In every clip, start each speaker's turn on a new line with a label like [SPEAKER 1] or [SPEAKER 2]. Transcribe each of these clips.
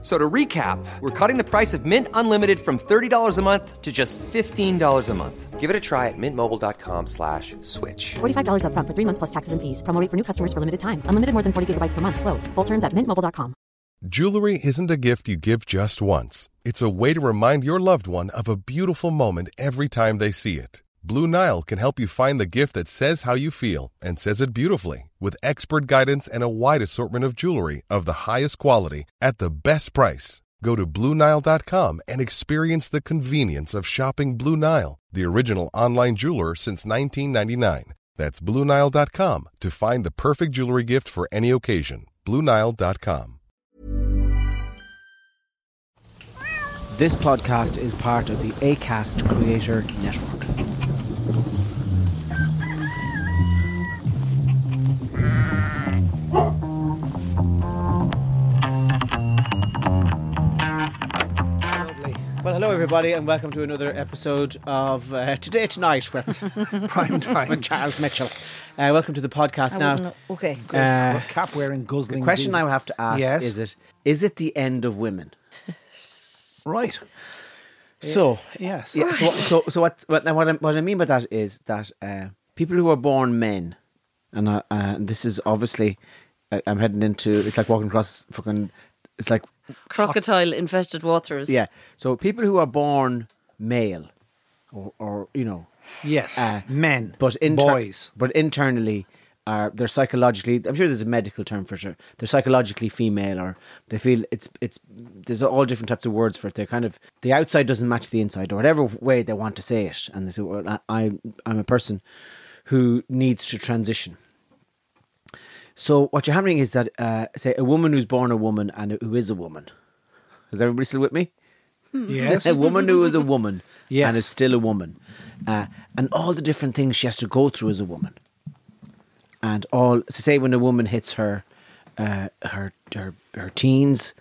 [SPEAKER 1] So to recap, we're cutting the price of Mint Unlimited from $30 a month to just $15 a month. Give it a try at mintmobile.com slash switch.
[SPEAKER 2] $45 upfront for three months plus taxes and fees. Promo rate for new customers for limited time. Unlimited more than 40 gigabytes per month. Slows. Full terms at mintmobile.com.
[SPEAKER 3] Jewelry isn't a gift you give just once. It's a way to remind your loved one of a beautiful moment every time they see it. Blue Nile can help you find the gift that says how you feel and says it beautifully with expert guidance and a wide assortment of jewelry of the highest quality at the best price. Go to BlueNile.com and experience the convenience of shopping Blue Nile, the original online jeweler since 1999. That's BlueNile.com to find the perfect jewelry gift for any occasion. BlueNile.com.
[SPEAKER 4] This podcast is part of the ACAST Creator Network. Well, hello everybody, and welcome to another episode of uh, Today Tonight with Prime Time with Charles Mitchell. Uh, welcome to the podcast.
[SPEAKER 5] I
[SPEAKER 4] now,
[SPEAKER 5] wouldn't know- okay.
[SPEAKER 4] Uh,
[SPEAKER 6] What cap wearing guzzling.
[SPEAKER 4] the question
[SPEAKER 6] geezer.
[SPEAKER 4] I have to ask
[SPEAKER 6] Yes.
[SPEAKER 4] is: it is it the end of women?
[SPEAKER 6] right.
[SPEAKER 4] So
[SPEAKER 6] Yes.
[SPEAKER 4] Yeah. So, so, so what? What, now what, I, what I mean by that is that uh, people who are born men, and uh, uh, this is obviously, I, I'm heading into. It's like walking across fucking. It's like
[SPEAKER 5] Crocodile infested waters.
[SPEAKER 4] yeah. So people who are born male, or, or you know,
[SPEAKER 6] Yes.
[SPEAKER 4] uh,
[SPEAKER 6] Men.
[SPEAKER 4] but inter-
[SPEAKER 6] boys.
[SPEAKER 4] but internally. Are, they're psychologically. I'm sure there's a medical term for sure. They're psychologically female, or they feel it's it's. There's all different types of words for it. They're kind of the outside doesn't match the inside, or whatever way they want to say it. And they say, "Well, I, I I'm a person who needs to transition." So what you're having is that uh, say a woman who's born a woman and who is a woman. Is everybody still with me?
[SPEAKER 6] Yes.
[SPEAKER 4] a woman who is a woman
[SPEAKER 6] Yes.
[SPEAKER 4] and is still a woman, uh, and all the different things she has to go through as a woman, and all so say when a woman hits her, uh, her her her teens,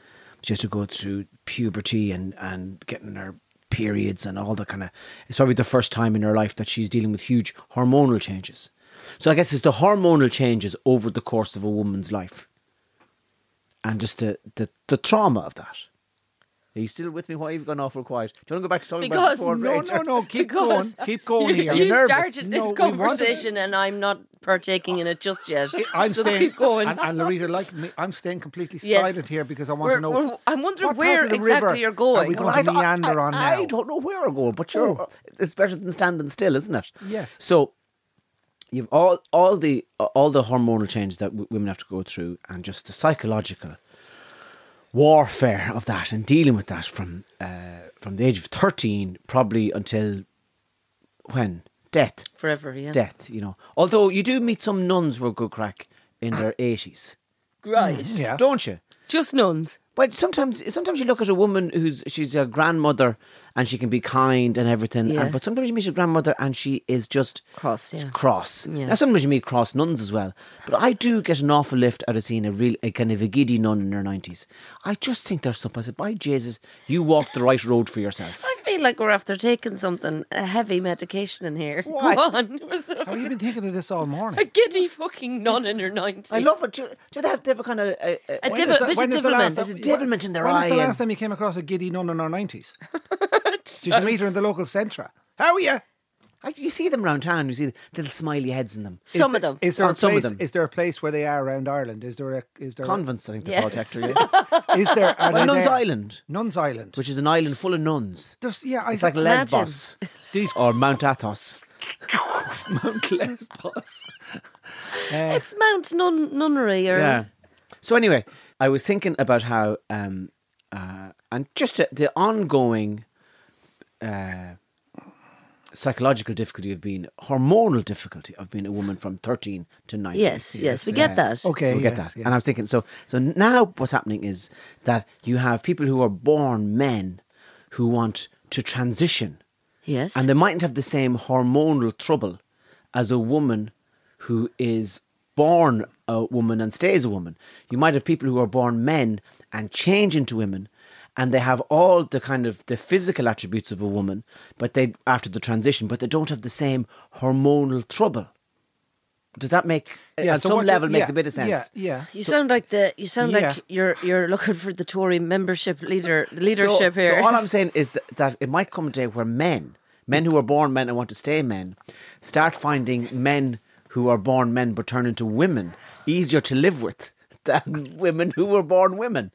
[SPEAKER 4] she has to go through puberty and and getting her periods and all the kind of. It's probably the first time in her life that she's dealing with huge hormonal changes. So I guess it's the hormonal changes over the course of a woman's life, and just the the, the trauma of that. Are you still with me? Why have you gone awful quiet? Do you want to go back to talking
[SPEAKER 5] Because-
[SPEAKER 4] about Ford
[SPEAKER 6] no,
[SPEAKER 4] Ranger?
[SPEAKER 6] no, no. Keep
[SPEAKER 5] Because-
[SPEAKER 6] going. Keep going here.
[SPEAKER 5] You
[SPEAKER 6] You're nervous. No,
[SPEAKER 5] started this
[SPEAKER 6] we want-
[SPEAKER 5] conversation and I'm not partaking in it just yet.
[SPEAKER 6] I'm
[SPEAKER 5] so
[SPEAKER 6] staying.
[SPEAKER 5] keep going.
[SPEAKER 6] And, and Loretta, like me, I'm staying completely
[SPEAKER 5] Yes.
[SPEAKER 6] silent here because I want
[SPEAKER 5] We're-
[SPEAKER 6] to know.
[SPEAKER 5] we're- I'm wondering
[SPEAKER 6] what part
[SPEAKER 5] where
[SPEAKER 6] of the
[SPEAKER 5] exactly
[SPEAKER 6] river
[SPEAKER 5] you're going.
[SPEAKER 6] Are we
[SPEAKER 4] Well,
[SPEAKER 6] going to
[SPEAKER 4] I- I-
[SPEAKER 6] meander
[SPEAKER 4] I,
[SPEAKER 6] on now?
[SPEAKER 4] I don't know where I'm going, but sure,
[SPEAKER 6] Oh.
[SPEAKER 4] it's better than standing still, isn't it?
[SPEAKER 6] Yes.
[SPEAKER 4] So you've all all the all the hormonal changes that w- women have to go through, and just the psychological warfare of that, and dealing with that from uh, from the age of thirteen, probably until when death,
[SPEAKER 5] Forever, yeah.
[SPEAKER 4] death. You know, although you do meet some nuns who are good crack in their eighties,
[SPEAKER 5] Right.
[SPEAKER 6] Yeah.
[SPEAKER 4] don't you?
[SPEAKER 5] Just nuns.
[SPEAKER 4] But sometimes, sometimes you look at a woman who's she's a grandmother and she can be kind and everything.
[SPEAKER 5] Yeah.
[SPEAKER 4] And, but sometimes you meet a grandmother and she is just
[SPEAKER 5] Cross, yeah.
[SPEAKER 4] cross.
[SPEAKER 5] Yeah.
[SPEAKER 4] Now sometimes you meet cross nuns as well. But I do get an awful lift out of seeing a real a kind of a giddy nun in her nineties. I just think there's something. I said, by Jesus, you walked the right road for yourself.
[SPEAKER 5] I feel like we're after taking something, a heavy medication in here.
[SPEAKER 4] Why?
[SPEAKER 5] Go on. With a-
[SPEAKER 6] Have you been thinking of this all
[SPEAKER 5] a
[SPEAKER 6] morning?
[SPEAKER 5] giddy fucking nun in her 90s.
[SPEAKER 4] I love it. Do, do they have, they have a kind of a, a,
[SPEAKER 5] a
[SPEAKER 6] When
[SPEAKER 5] div-
[SPEAKER 6] is the-
[SPEAKER 5] bit
[SPEAKER 6] when
[SPEAKER 5] of
[SPEAKER 6] is the last
[SPEAKER 5] divilment.
[SPEAKER 4] There's a divilment in their
[SPEAKER 6] When
[SPEAKER 4] eye.
[SPEAKER 6] is the
[SPEAKER 4] and-
[SPEAKER 6] last time you came across a giddy nun in our nineties? Did you meet her in the local centre? How are you?
[SPEAKER 4] I- you see them round town. You see the little smiley heads in them.
[SPEAKER 5] Some
[SPEAKER 6] Is
[SPEAKER 5] of
[SPEAKER 6] the-
[SPEAKER 5] them.
[SPEAKER 6] Is there
[SPEAKER 4] On
[SPEAKER 6] a
[SPEAKER 4] some of
[SPEAKER 6] place?
[SPEAKER 4] them.
[SPEAKER 6] Is there a place where they are around Ireland? Is there a? Is there? a-
[SPEAKER 4] Convents, I think they're
[SPEAKER 5] Yes.
[SPEAKER 4] called actually. yeah.
[SPEAKER 6] Is there? Are
[SPEAKER 4] Well,
[SPEAKER 6] they
[SPEAKER 4] Nuns
[SPEAKER 6] there?
[SPEAKER 4] Island,
[SPEAKER 6] Nuns Island.
[SPEAKER 4] which is an island full of nuns.
[SPEAKER 6] There's, yeah, I
[SPEAKER 4] It's like
[SPEAKER 5] Imagine.
[SPEAKER 4] Lesbos
[SPEAKER 6] These-
[SPEAKER 4] or Mount Athos.
[SPEAKER 6] Mount Lesbos.
[SPEAKER 5] It's Mount Nun- Nunnery or
[SPEAKER 4] Yeah. So anyway, I was thinking about how um, uh, and just the- the ongoing uh, psychological difficulty of being hormonal difficulty of being a woman from thirteen to nineteen.
[SPEAKER 5] Yes, yes, we get that.
[SPEAKER 6] Okay,
[SPEAKER 4] we get
[SPEAKER 6] yes,
[SPEAKER 4] that.
[SPEAKER 6] yeah.
[SPEAKER 4] And I was thinking, so so now what's happening is that you have people who are born men who want to transition.
[SPEAKER 5] Yes.
[SPEAKER 4] And they mightn't have the same hormonal trouble as a woman who is born a woman and stays a woman. You might have people who are born men and change into women, and they have all the kind of the physical attributes of a woman, but they after the transition, but they don't have the same hormonal trouble. Does that make on
[SPEAKER 6] so
[SPEAKER 4] some
[SPEAKER 6] what you're-
[SPEAKER 4] level makes
[SPEAKER 6] yeah,
[SPEAKER 4] a bit of sense?
[SPEAKER 6] Yeah, yeah.
[SPEAKER 5] You sound like the you sound
[SPEAKER 6] Yeah.
[SPEAKER 5] like you're you're looking for the Tory membership leader the leadership
[SPEAKER 4] so,
[SPEAKER 5] here.
[SPEAKER 4] So all I'm saying is that it might come a day where men, men who are born men and want to stay men, start finding men who are born men but turn into women easier to live with than women who were born women.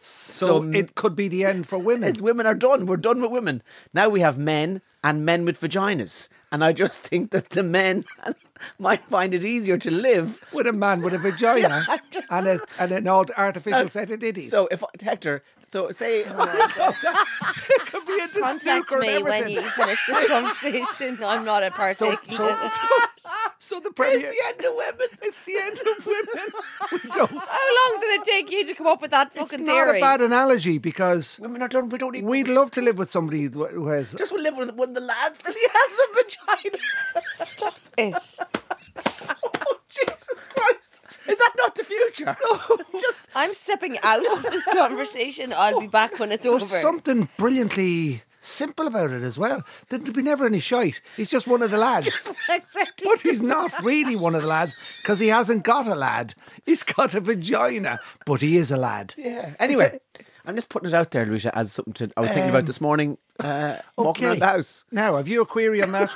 [SPEAKER 6] So,
[SPEAKER 4] so-
[SPEAKER 6] it could be the end for women.
[SPEAKER 4] It's women are done. We're done with women. Now we have men and men with vaginas. And I just think that the men might find it easier to live
[SPEAKER 6] with a man with a vagina
[SPEAKER 4] I'm just- Uh,
[SPEAKER 6] and, a, and an old artificial set of ditties.
[SPEAKER 4] So if Hector, so say
[SPEAKER 6] Oh it could be a
[SPEAKER 5] Contact
[SPEAKER 6] distorted
[SPEAKER 5] me when
[SPEAKER 6] everything.
[SPEAKER 5] you finish this conversation. I'm not
[SPEAKER 6] so,
[SPEAKER 5] a partaker.
[SPEAKER 6] so, so, so the premier.
[SPEAKER 4] end of women.
[SPEAKER 6] It's the end of women. We don't.
[SPEAKER 5] How long did it take you to come up with that
[SPEAKER 6] It's
[SPEAKER 5] fucking
[SPEAKER 6] not
[SPEAKER 5] theory?
[SPEAKER 6] a bad analogy because
[SPEAKER 4] Women are done. We don't need.
[SPEAKER 6] we'd love to live with somebody who who has.
[SPEAKER 4] just will live with one of the lads, and he has a vagina.
[SPEAKER 5] Stop it.
[SPEAKER 4] oh Jesus Christ! Is that not the future? just
[SPEAKER 5] I'm stepping out of this conversation. I'll be back when it's over.
[SPEAKER 6] There's something brilliantly simple about it as well. There'd be never any shite. He's just one of the lads.
[SPEAKER 4] exactly.
[SPEAKER 6] But he's not really one of the lads because he hasn't got a lad. He's got a vagina, but he is a lad.
[SPEAKER 4] Yeah. Anyway, i I'm just putting it out there, Lucia, as something to, I was thinking about this morning. Uh, Walking around the house.
[SPEAKER 6] Now, have you a query on that?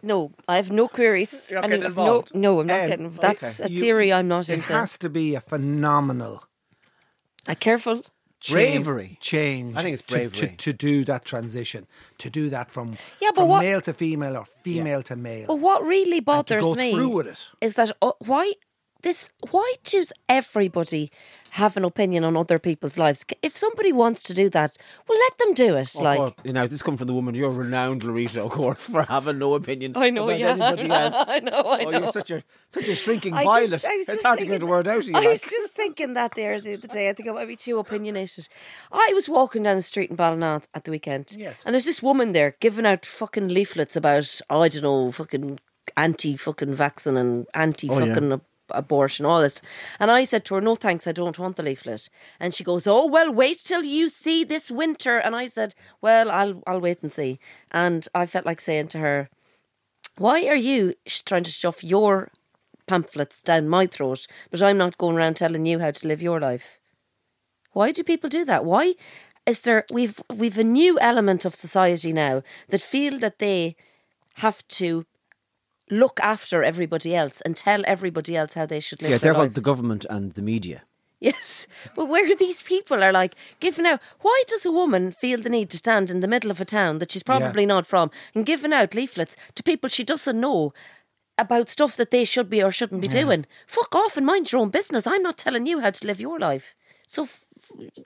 [SPEAKER 5] No, I have no queries.
[SPEAKER 4] You're not
[SPEAKER 5] and
[SPEAKER 4] getting
[SPEAKER 5] I've no,
[SPEAKER 4] involved.
[SPEAKER 5] Oh, no, I'm not
[SPEAKER 6] Um,
[SPEAKER 5] getting involved. That's
[SPEAKER 6] okay.
[SPEAKER 5] a
[SPEAKER 6] You-
[SPEAKER 5] theory I'm not
[SPEAKER 6] it
[SPEAKER 5] into.
[SPEAKER 6] has to be a phenomenal
[SPEAKER 5] Uh, careful.
[SPEAKER 6] cha-
[SPEAKER 4] Bravery.
[SPEAKER 6] change.
[SPEAKER 4] I think it's
[SPEAKER 6] to- to-
[SPEAKER 4] bravery.
[SPEAKER 6] to, do that transition, to do that from
[SPEAKER 5] Yeah, but
[SPEAKER 6] from
[SPEAKER 5] what-
[SPEAKER 6] male to female or female to male.
[SPEAKER 5] But what really bothers
[SPEAKER 6] go
[SPEAKER 5] me
[SPEAKER 6] through with it.
[SPEAKER 5] is that uh, why this why does everybody have an opinion on other people's lives? C- If somebody wants to do that, well, let them do it. like
[SPEAKER 4] Or, you know, this comes from the woman you're renowned, Larita, of course, for having no opinion.
[SPEAKER 5] I know,
[SPEAKER 4] about
[SPEAKER 5] yeah.
[SPEAKER 4] Anybody else.
[SPEAKER 5] I know, I
[SPEAKER 4] oh,
[SPEAKER 5] know.
[SPEAKER 4] You're such a such a shrinking
[SPEAKER 5] I
[SPEAKER 4] violet.
[SPEAKER 5] just- I was
[SPEAKER 4] it's
[SPEAKER 5] just
[SPEAKER 4] hard to
[SPEAKER 5] thinking
[SPEAKER 4] get the word out of you.
[SPEAKER 5] I
[SPEAKER 4] like.
[SPEAKER 5] was just thinking that there the other day. I think I might be too opinionated. I was walking down the street in Ballina at the weekend.
[SPEAKER 6] Yes.
[SPEAKER 5] And there's this woman there giving out fucking leaflets about, oh, I don't know, fucking anti fucking vaccine and
[SPEAKER 4] Oh,
[SPEAKER 5] anti fucking ab- abortion, all this. And I said to her, no thanks, I don't want the leaflet. And she goes, oh, well, wait till you see this winter. And I said, well, I'll, I'll wait and see. And I felt like saying to her, why are you sh- trying to shove your pamphlets down my throat, but I'm not going around telling you how to live your life? Why do people do that? Why is there we've we've a new element of society now that feel that they have to look after everybody else and tell everybody else how they should live
[SPEAKER 4] yeah,
[SPEAKER 5] their
[SPEAKER 4] they're
[SPEAKER 5] life.
[SPEAKER 4] called the government and the media.
[SPEAKER 5] Yes, but where these people are like giving out. Why does a woman feel the need to stand in the middle of a town that she's probably not from and giving out leaflets to people she doesn't know about stuff that they should be or shouldn't be doing? Fuck off and mind your own business. I'm not telling you how to live your life. So f-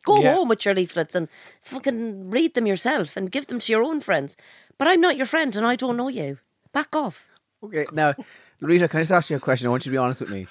[SPEAKER 5] go
[SPEAKER 6] Yeah.
[SPEAKER 5] home with your leaflets and fucking read them yourself and give them to your own friends. But I'm not your friend and I don't know you. Back off.
[SPEAKER 4] Okay, now, Larita, can I just ask you a question? I want you to be honest with me.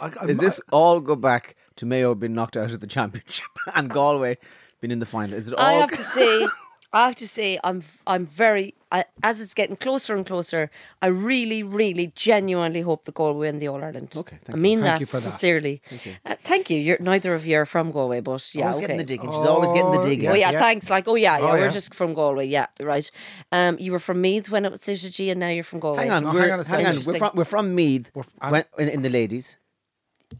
[SPEAKER 6] I- I-
[SPEAKER 4] Is this all go back to Mayo being knocked out of the championship and Galway being in the final? Is it all?
[SPEAKER 5] I have to say, I have to say, I'm I'm very I, as it's getting closer and closer. I really, really, genuinely hope the Galway win the All Ireland.
[SPEAKER 4] Okay, thank
[SPEAKER 5] I
[SPEAKER 4] you.
[SPEAKER 5] mean
[SPEAKER 6] Thank
[SPEAKER 5] that,
[SPEAKER 6] you for that.
[SPEAKER 5] sincerely. Thank you. Uh, thank you. You're neither of you are from Galway, but yeah,
[SPEAKER 4] always
[SPEAKER 5] okay.
[SPEAKER 4] getting the dig. She's always getting the
[SPEAKER 6] Oh,
[SPEAKER 4] dig.
[SPEAKER 5] Oh yeah,
[SPEAKER 6] Yeah.
[SPEAKER 5] thanks. Like, oh yeah, yeah,
[SPEAKER 6] Oh,
[SPEAKER 5] we're
[SPEAKER 6] yeah.
[SPEAKER 5] just from Galway. Yeah, right. Um, you were from Meath when it was Susie G, and now you're from Galway.
[SPEAKER 4] Hang on,
[SPEAKER 6] No,
[SPEAKER 4] we're,
[SPEAKER 6] hang on a
[SPEAKER 4] hang
[SPEAKER 6] second.
[SPEAKER 4] on. We're from we're from Meath,
[SPEAKER 6] I'm-
[SPEAKER 4] when- in, in the ladies,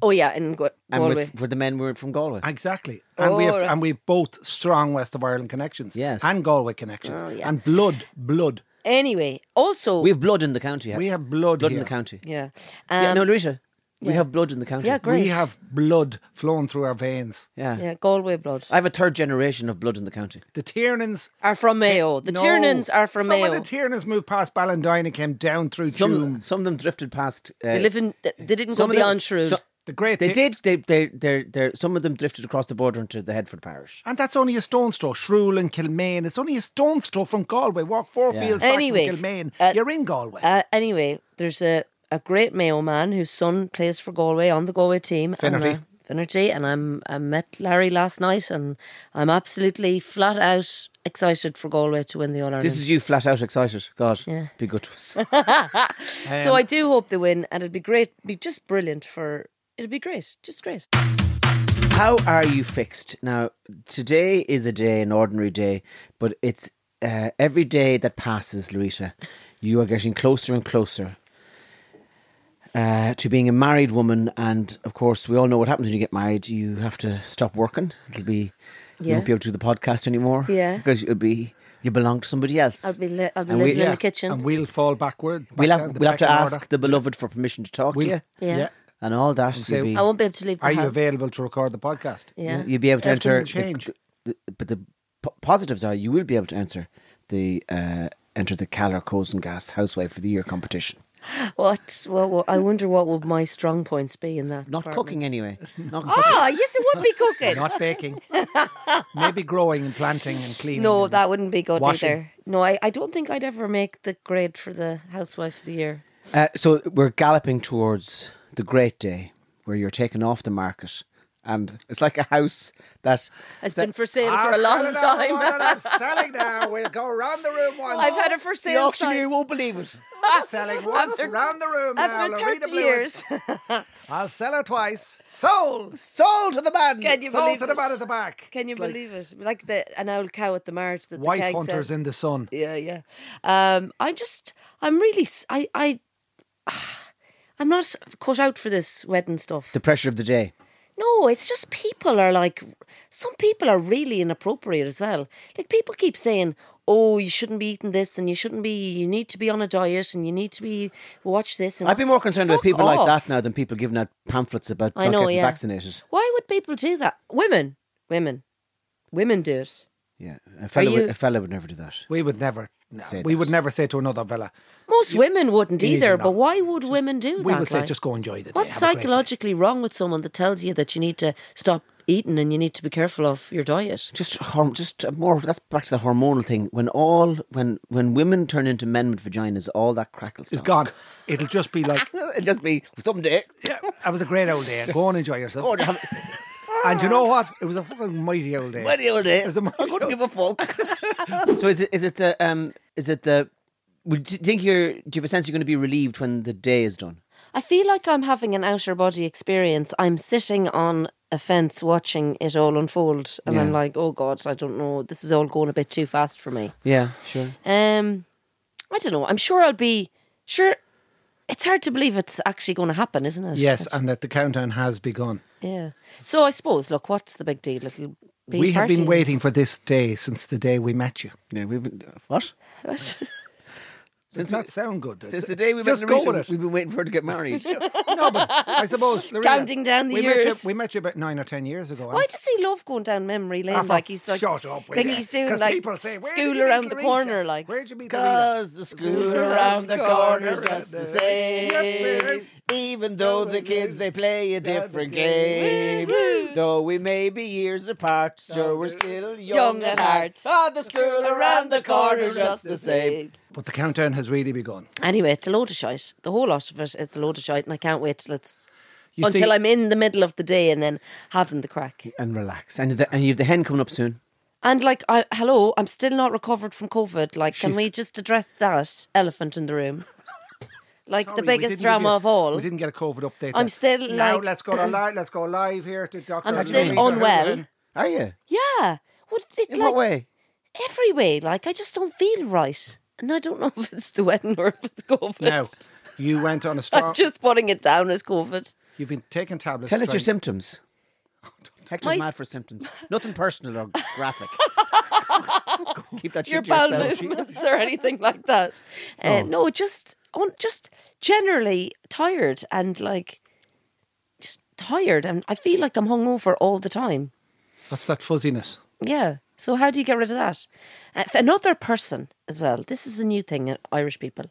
[SPEAKER 5] Oh yeah, in Ga-
[SPEAKER 4] and
[SPEAKER 5] Galway.
[SPEAKER 4] with, for the men we're from Galway.
[SPEAKER 6] Exactly. And we have
[SPEAKER 5] Oh, right.
[SPEAKER 6] and we've both strong West of Ireland connections.
[SPEAKER 4] Yes.
[SPEAKER 6] And Galway connections.
[SPEAKER 5] Oh, yeah.
[SPEAKER 6] And blood, blood.
[SPEAKER 5] anyway, also
[SPEAKER 4] we have blood in the county.
[SPEAKER 6] We have blood
[SPEAKER 4] blood in
[SPEAKER 6] here.
[SPEAKER 4] the county. Yeah,
[SPEAKER 5] yeah,
[SPEAKER 4] no,
[SPEAKER 5] um,
[SPEAKER 4] Lucia, we have blood in the county.
[SPEAKER 5] yeah, great.
[SPEAKER 6] We have blood flowing through our veins.
[SPEAKER 4] Yeah.
[SPEAKER 5] yeah Galway blood.
[SPEAKER 4] I have a third generation of blood in the county.
[SPEAKER 6] The Tiernans
[SPEAKER 5] Are from Mayo. The
[SPEAKER 6] no.
[SPEAKER 5] Tiernans are from
[SPEAKER 6] Some
[SPEAKER 5] Mayo.
[SPEAKER 6] of the Tiernans moved past Ballandine and came down through
[SPEAKER 4] Some
[SPEAKER 6] Tuam.
[SPEAKER 4] some of them drifted past. Uh,
[SPEAKER 5] they live in. They they didn't
[SPEAKER 4] some of
[SPEAKER 5] go
[SPEAKER 4] them-
[SPEAKER 5] beyond Shrewd.
[SPEAKER 4] so-
[SPEAKER 6] The great
[SPEAKER 4] They
[SPEAKER 6] Ti-
[SPEAKER 4] did. They they they they. Some of them drifted across the border into the Headford parish.
[SPEAKER 6] And that's only a stone's throw. Shrule and Kilmaine. It's only a stone's throw from Galway. Walk four
[SPEAKER 4] Yeah.
[SPEAKER 6] fields
[SPEAKER 5] Anyway,
[SPEAKER 6] back from Kilmaine.
[SPEAKER 5] uh,
[SPEAKER 6] You're in Galway.
[SPEAKER 5] Uh, anyway, there's a, a great Mayo man whose son plays for Galway on the Galway team.
[SPEAKER 6] Finnerty.
[SPEAKER 5] And, uh, Finnerty, and I'm I met Larry last night, and I'm absolutely flat out excited for Galway to win the All Ireland.
[SPEAKER 4] This is you flat out excited. God, be good to us.
[SPEAKER 5] so I do hope they win, and it'd be great, be just brilliant for It'd be great, just great.
[SPEAKER 4] How are you fixed? Now, today is a day, an ordinary day, but it's uh, every day that passes, Louisa, you are getting closer and closer uh, to being a married woman. And of course, we all know what happens when you get married. You have to stop working. It'll be, you
[SPEAKER 5] Yeah.
[SPEAKER 4] won't be able to do the podcast anymore.
[SPEAKER 5] Yeah.
[SPEAKER 4] Because you'll be, you belong to somebody else.
[SPEAKER 5] I'll be, li- I'll be
[SPEAKER 4] And we-
[SPEAKER 5] living in
[SPEAKER 4] yeah,
[SPEAKER 5] the kitchen.
[SPEAKER 6] And we'll fall backward. back
[SPEAKER 4] we'll
[SPEAKER 6] down
[SPEAKER 4] have,
[SPEAKER 6] the
[SPEAKER 4] we'll have to
[SPEAKER 6] pecking
[SPEAKER 4] ask
[SPEAKER 6] order.
[SPEAKER 4] the beloved for permission to talk
[SPEAKER 6] We'll-
[SPEAKER 4] to you
[SPEAKER 5] Yeah.
[SPEAKER 4] and all that.
[SPEAKER 6] say,
[SPEAKER 4] You'll be-
[SPEAKER 5] I won't be able to leave the
[SPEAKER 6] Are you
[SPEAKER 5] house.
[SPEAKER 6] available to record the podcast?
[SPEAKER 5] Oh, Yeah.
[SPEAKER 4] You'll be able to
[SPEAKER 6] Everything
[SPEAKER 4] enter.
[SPEAKER 6] will change.
[SPEAKER 4] the- the- but the po- positives are you will be able to answer the uh, enter the Caller Coals and Gas Housewife of the Year competition.
[SPEAKER 5] What? Well, well, I wonder what would my strong points be in that.
[SPEAKER 4] Not cooking
[SPEAKER 5] department.
[SPEAKER 4] anyway. Not cooking.
[SPEAKER 5] Ah, yes, it would be cooking.
[SPEAKER 6] Not baking. Maybe growing and planting and cleaning.
[SPEAKER 5] no,
[SPEAKER 6] and-
[SPEAKER 5] that wouldn't be good
[SPEAKER 6] Washing.
[SPEAKER 5] either. No, I, I don't think I'd ever make the grade for the housewife of the year.
[SPEAKER 4] Uh, so we're galloping towards the great day where you're taken off the market, and it's like a house that
[SPEAKER 5] It's
[SPEAKER 4] that-
[SPEAKER 5] been for sale
[SPEAKER 6] I'll
[SPEAKER 5] for a long
[SPEAKER 6] Ah, sell it out,
[SPEAKER 5] time.
[SPEAKER 6] Mona, that's selling now. We'll go round the room once.
[SPEAKER 5] I've had it for
[SPEAKER 4] the
[SPEAKER 5] sale.
[SPEAKER 4] auctioneer won't believe it.
[SPEAKER 6] selling once
[SPEAKER 5] After-
[SPEAKER 6] round the room
[SPEAKER 5] After
[SPEAKER 6] now. Lorena
[SPEAKER 5] 30
[SPEAKER 6] Blewett.
[SPEAKER 5] years.
[SPEAKER 6] I'll sell her twice. Sold.
[SPEAKER 4] Sold to the man.
[SPEAKER 5] Can you
[SPEAKER 6] Sold
[SPEAKER 5] believe
[SPEAKER 6] to
[SPEAKER 5] it?
[SPEAKER 6] the man at the back.
[SPEAKER 5] Can you
[SPEAKER 6] It's like
[SPEAKER 5] believe it? Like the an old cow at the mart that the
[SPEAKER 6] Wife
[SPEAKER 5] keg
[SPEAKER 6] hunters
[SPEAKER 5] said.
[SPEAKER 6] in the sun.
[SPEAKER 5] Yeah, yeah. Um, I'm just, I'm really, s- I, I, I'm not cut out for this wedding stuff.
[SPEAKER 4] The pressure of the day.
[SPEAKER 5] No, it's just people are like, some people are really inappropriate as well. Like people keep saying, oh, you shouldn't be eating this and you shouldn't be, you need to be on a diet and you need to be, watch this. And
[SPEAKER 4] I'd be more concerned with
[SPEAKER 5] Fuck
[SPEAKER 4] people like
[SPEAKER 5] off.
[SPEAKER 4] that now than people giving out pamphlets about
[SPEAKER 5] I
[SPEAKER 4] not
[SPEAKER 5] know,
[SPEAKER 4] getting
[SPEAKER 5] yeah.
[SPEAKER 4] vaccinated.
[SPEAKER 5] Why would people do that? Women, women, women do it.
[SPEAKER 4] Yeah, a fella,
[SPEAKER 5] you-
[SPEAKER 4] would, a fella would never do that.
[SPEAKER 6] We would never. no,
[SPEAKER 4] Say
[SPEAKER 6] we
[SPEAKER 4] that.
[SPEAKER 6] would never say to another villa.
[SPEAKER 5] Most women wouldn't
[SPEAKER 6] you
[SPEAKER 5] either,
[SPEAKER 6] do
[SPEAKER 5] but
[SPEAKER 6] not.
[SPEAKER 5] why would women do that?
[SPEAKER 6] We would say,
[SPEAKER 5] like?
[SPEAKER 6] just go enjoy the day.
[SPEAKER 5] What's
[SPEAKER 6] have a great day."
[SPEAKER 5] psychologically wrong with someone that tells you that you need to stop eating and you need to be careful of your diet?
[SPEAKER 4] Just horm- just more. That's back to the hormonal thing. When all when when women turn into men with vaginas, all that crackles.
[SPEAKER 6] It's gone. It'll just be like,
[SPEAKER 4] It'll just be someday.
[SPEAKER 6] yeah, that was a great old day. Go and enjoy yourself.
[SPEAKER 4] Oh, to have
[SPEAKER 6] And you know what? It was a fucking mighty old day.
[SPEAKER 4] many old day.
[SPEAKER 6] It was a
[SPEAKER 4] I couldn't give a fuck. so is it is it the um is it the would you think you're do you have a sense you're going to be relieved when the day is done?
[SPEAKER 5] I feel like I'm having an outer body experience. I'm sitting on a fence watching it all unfold, and I'm
[SPEAKER 4] Yeah.
[SPEAKER 5] like, oh God, I don't know. This is all going a bit too fast for me.
[SPEAKER 4] Yeah, sure.
[SPEAKER 5] Um, I don't know. I'm sure I'll be sure. It's hard to believe it's actually going to happen, isn't it?
[SPEAKER 6] Yes, and that the countdown has begun.
[SPEAKER 5] Yeah. So I suppose, look, what's the big deal? It'll be
[SPEAKER 6] we have been
[SPEAKER 5] partying.
[SPEAKER 6] waiting for this day since the day we met you.
[SPEAKER 4] Yeah, we've been, what?
[SPEAKER 6] Does that sound good? does
[SPEAKER 4] Since
[SPEAKER 6] it?
[SPEAKER 4] the day we met
[SPEAKER 6] just
[SPEAKER 4] Louisa,
[SPEAKER 6] go with it.
[SPEAKER 4] we've been waiting for her to get married.
[SPEAKER 6] No, but I suppose Lorena,
[SPEAKER 5] Counting down the
[SPEAKER 6] we Met
[SPEAKER 5] years.
[SPEAKER 6] you, we met you about nine or ten years ago. and
[SPEAKER 5] Why does he love going down memory lane?
[SPEAKER 6] Ah, for-
[SPEAKER 5] like he's like,
[SPEAKER 6] shut up with
[SPEAKER 5] like
[SPEAKER 6] it.
[SPEAKER 5] he's doing
[SPEAKER 6] 'Cause
[SPEAKER 5] like
[SPEAKER 6] people say, "Where did
[SPEAKER 5] school
[SPEAKER 6] you meet
[SPEAKER 5] around the
[SPEAKER 6] Louisa?
[SPEAKER 5] corner, like
[SPEAKER 6] Where'd you meet Lorena?
[SPEAKER 4] Because the school around the corner's just the same. Even though the kids they play a different game. Though we may be years apart, so we're still young at heart. Ah, the school around the corner's just the same.
[SPEAKER 6] But the countdown has really begun.
[SPEAKER 5] Anyway, it's a load of shite. The whole lot of it, it's a load of shite, and I can't wait till it's
[SPEAKER 6] You
[SPEAKER 5] until
[SPEAKER 6] see-
[SPEAKER 5] I'm in the middle of the day and then having the crack.
[SPEAKER 4] And relax. And the, and you have the hen coming up soon.
[SPEAKER 5] And like, I, hello, I'm still not recovered from COVID. Like, can we just address that elephant in the room?
[SPEAKER 6] Sorry,
[SPEAKER 5] Like the
[SPEAKER 6] we didn't
[SPEAKER 5] biggest
[SPEAKER 6] give
[SPEAKER 5] drama
[SPEAKER 6] you-
[SPEAKER 5] of all.
[SPEAKER 6] We didn't get a COVID update.
[SPEAKER 5] I'm
[SPEAKER 6] there.
[SPEAKER 5] still
[SPEAKER 6] now.
[SPEAKER 5] like-
[SPEAKER 6] let's go to live. Let's go live here to Doctor.
[SPEAKER 5] I'm still unwell.
[SPEAKER 4] Are you?
[SPEAKER 5] Yeah. What it
[SPEAKER 4] In
[SPEAKER 5] like
[SPEAKER 4] what way?
[SPEAKER 5] every way? Like I just don't feel right, and I don't know if it's the wedding or if it's COVID.
[SPEAKER 6] Now, you went on a
[SPEAKER 5] I'm
[SPEAKER 6] strong.
[SPEAKER 5] just putting it down as COVID.
[SPEAKER 6] You've been taking tablets.
[SPEAKER 4] Tell
[SPEAKER 6] to
[SPEAKER 4] us your
[SPEAKER 6] try and-
[SPEAKER 4] symptoms.
[SPEAKER 5] My
[SPEAKER 4] Hector's
[SPEAKER 5] s-
[SPEAKER 4] mad for symptoms. Nothing personal or graphic. Keep that shit
[SPEAKER 5] your
[SPEAKER 4] to
[SPEAKER 5] bowel
[SPEAKER 4] yourself. Oh.
[SPEAKER 5] movements or anything like that. Uh, No, just on, just generally tired and like just tired, and I feel like I'm hungover all the time.
[SPEAKER 6] What's that fuzziness?
[SPEAKER 5] Yeah. So how do you get rid of that? Uh, f- another person as well. This is a new thing in Irish people.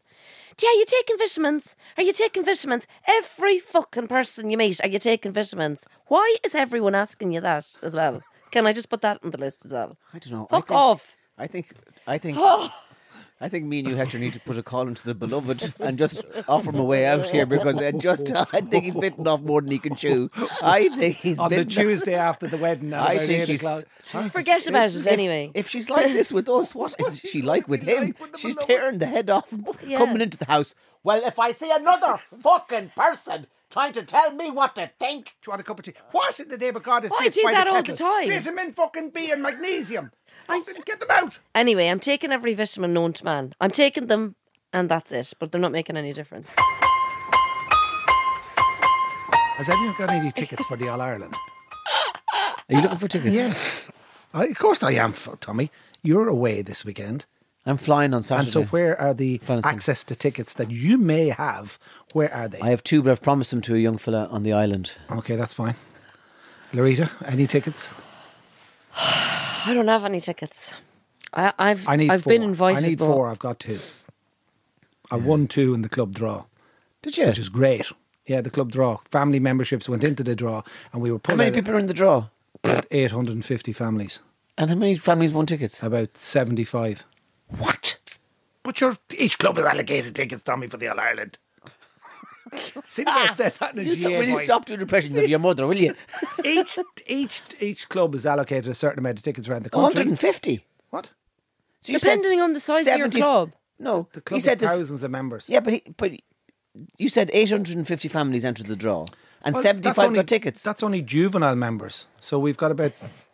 [SPEAKER 5] Yeah, you taking vitamins? Are you taking vitamins? Every fucking person you meet, are you taking vitamins? Why is everyone asking you that as well? Can I just put that on the list as well?
[SPEAKER 4] I don't know. I
[SPEAKER 5] Fuck
[SPEAKER 4] think-
[SPEAKER 5] off. Oh.
[SPEAKER 4] I think I think I think me and you, Hector, need to put a call into the beloved and just offer him a way out here because I just I think he's bitten off more than he can chew. I think he's
[SPEAKER 6] On the
[SPEAKER 4] bitten
[SPEAKER 6] Tuesday after the wedding. at
[SPEAKER 4] I
[SPEAKER 6] about
[SPEAKER 4] think
[SPEAKER 6] eight
[SPEAKER 4] he's-
[SPEAKER 6] o'clock.
[SPEAKER 5] Forget about it anyway.
[SPEAKER 4] If she's like this with us, what is she like with him?
[SPEAKER 6] like with the
[SPEAKER 4] she's
[SPEAKER 6] beloved?
[SPEAKER 4] tearing the head off,
[SPEAKER 5] Yeah.
[SPEAKER 4] coming into the house. Well, if I see another fucking person trying to tell me what to think.
[SPEAKER 6] Do you want a cup of tea? What in the name of God is
[SPEAKER 5] Why
[SPEAKER 6] this?
[SPEAKER 5] do
[SPEAKER 6] by
[SPEAKER 5] that all the
[SPEAKER 6] kettle?
[SPEAKER 5] time?
[SPEAKER 6] Vitamin fucking B and magnesium. Fucking get them out.
[SPEAKER 5] Anyway, I'm taking every vitamin known to man. I'm taking them, and that's it. But they're not making any difference.
[SPEAKER 6] Has anyone got any tickets for the All Ireland?
[SPEAKER 4] Are you looking for tickets?
[SPEAKER 6] Yes. I, of course I am, f- Tommy. You're away this weekend.
[SPEAKER 4] I'm flying on Saturday.
[SPEAKER 6] And so, where are the
[SPEAKER 4] Fantastic.
[SPEAKER 6] access to tickets that you may have? Where are they?
[SPEAKER 4] I have two, but I've promised them to a young fella on the island.
[SPEAKER 6] Okay, that's fine. Lorita, any tickets?
[SPEAKER 5] I don't have any tickets. I, I've
[SPEAKER 6] I need.
[SPEAKER 5] I've
[SPEAKER 6] four.
[SPEAKER 5] been invited.
[SPEAKER 6] I need
[SPEAKER 5] but
[SPEAKER 6] four. I've got two. I won two in the club draw,
[SPEAKER 4] Did you?
[SPEAKER 6] which is great. Yeah, the club draw. Family memberships went into the draw, and we were
[SPEAKER 4] How
[SPEAKER 6] pulling
[SPEAKER 4] many people are in the draw?
[SPEAKER 6] Eight hundred and fifty families,
[SPEAKER 4] And how many families won tickets?
[SPEAKER 6] about seventy-five. What? But your each club is allocated tickets, Tommy, for the All Ireland. Ah! Sinbad said that in a
[SPEAKER 4] You stop,
[SPEAKER 6] GA
[SPEAKER 4] will you
[SPEAKER 6] voice.
[SPEAKER 4] stop doing impressions of your mother, will you?
[SPEAKER 6] each each each club is allocated a certain amount of tickets around the country.
[SPEAKER 4] 150.
[SPEAKER 6] What?
[SPEAKER 4] So you
[SPEAKER 5] Depending
[SPEAKER 4] said
[SPEAKER 5] on the size of your
[SPEAKER 4] 70
[SPEAKER 5] club.
[SPEAKER 4] No,
[SPEAKER 6] The club
[SPEAKER 4] he
[SPEAKER 6] has
[SPEAKER 4] said this.
[SPEAKER 6] thousands of members.
[SPEAKER 4] Yeah, but he, but you said 850 families entered the draw, and
[SPEAKER 6] Well, that's
[SPEAKER 4] 75
[SPEAKER 6] only-
[SPEAKER 4] got tickets.
[SPEAKER 6] That's only juvenile members. So we've got about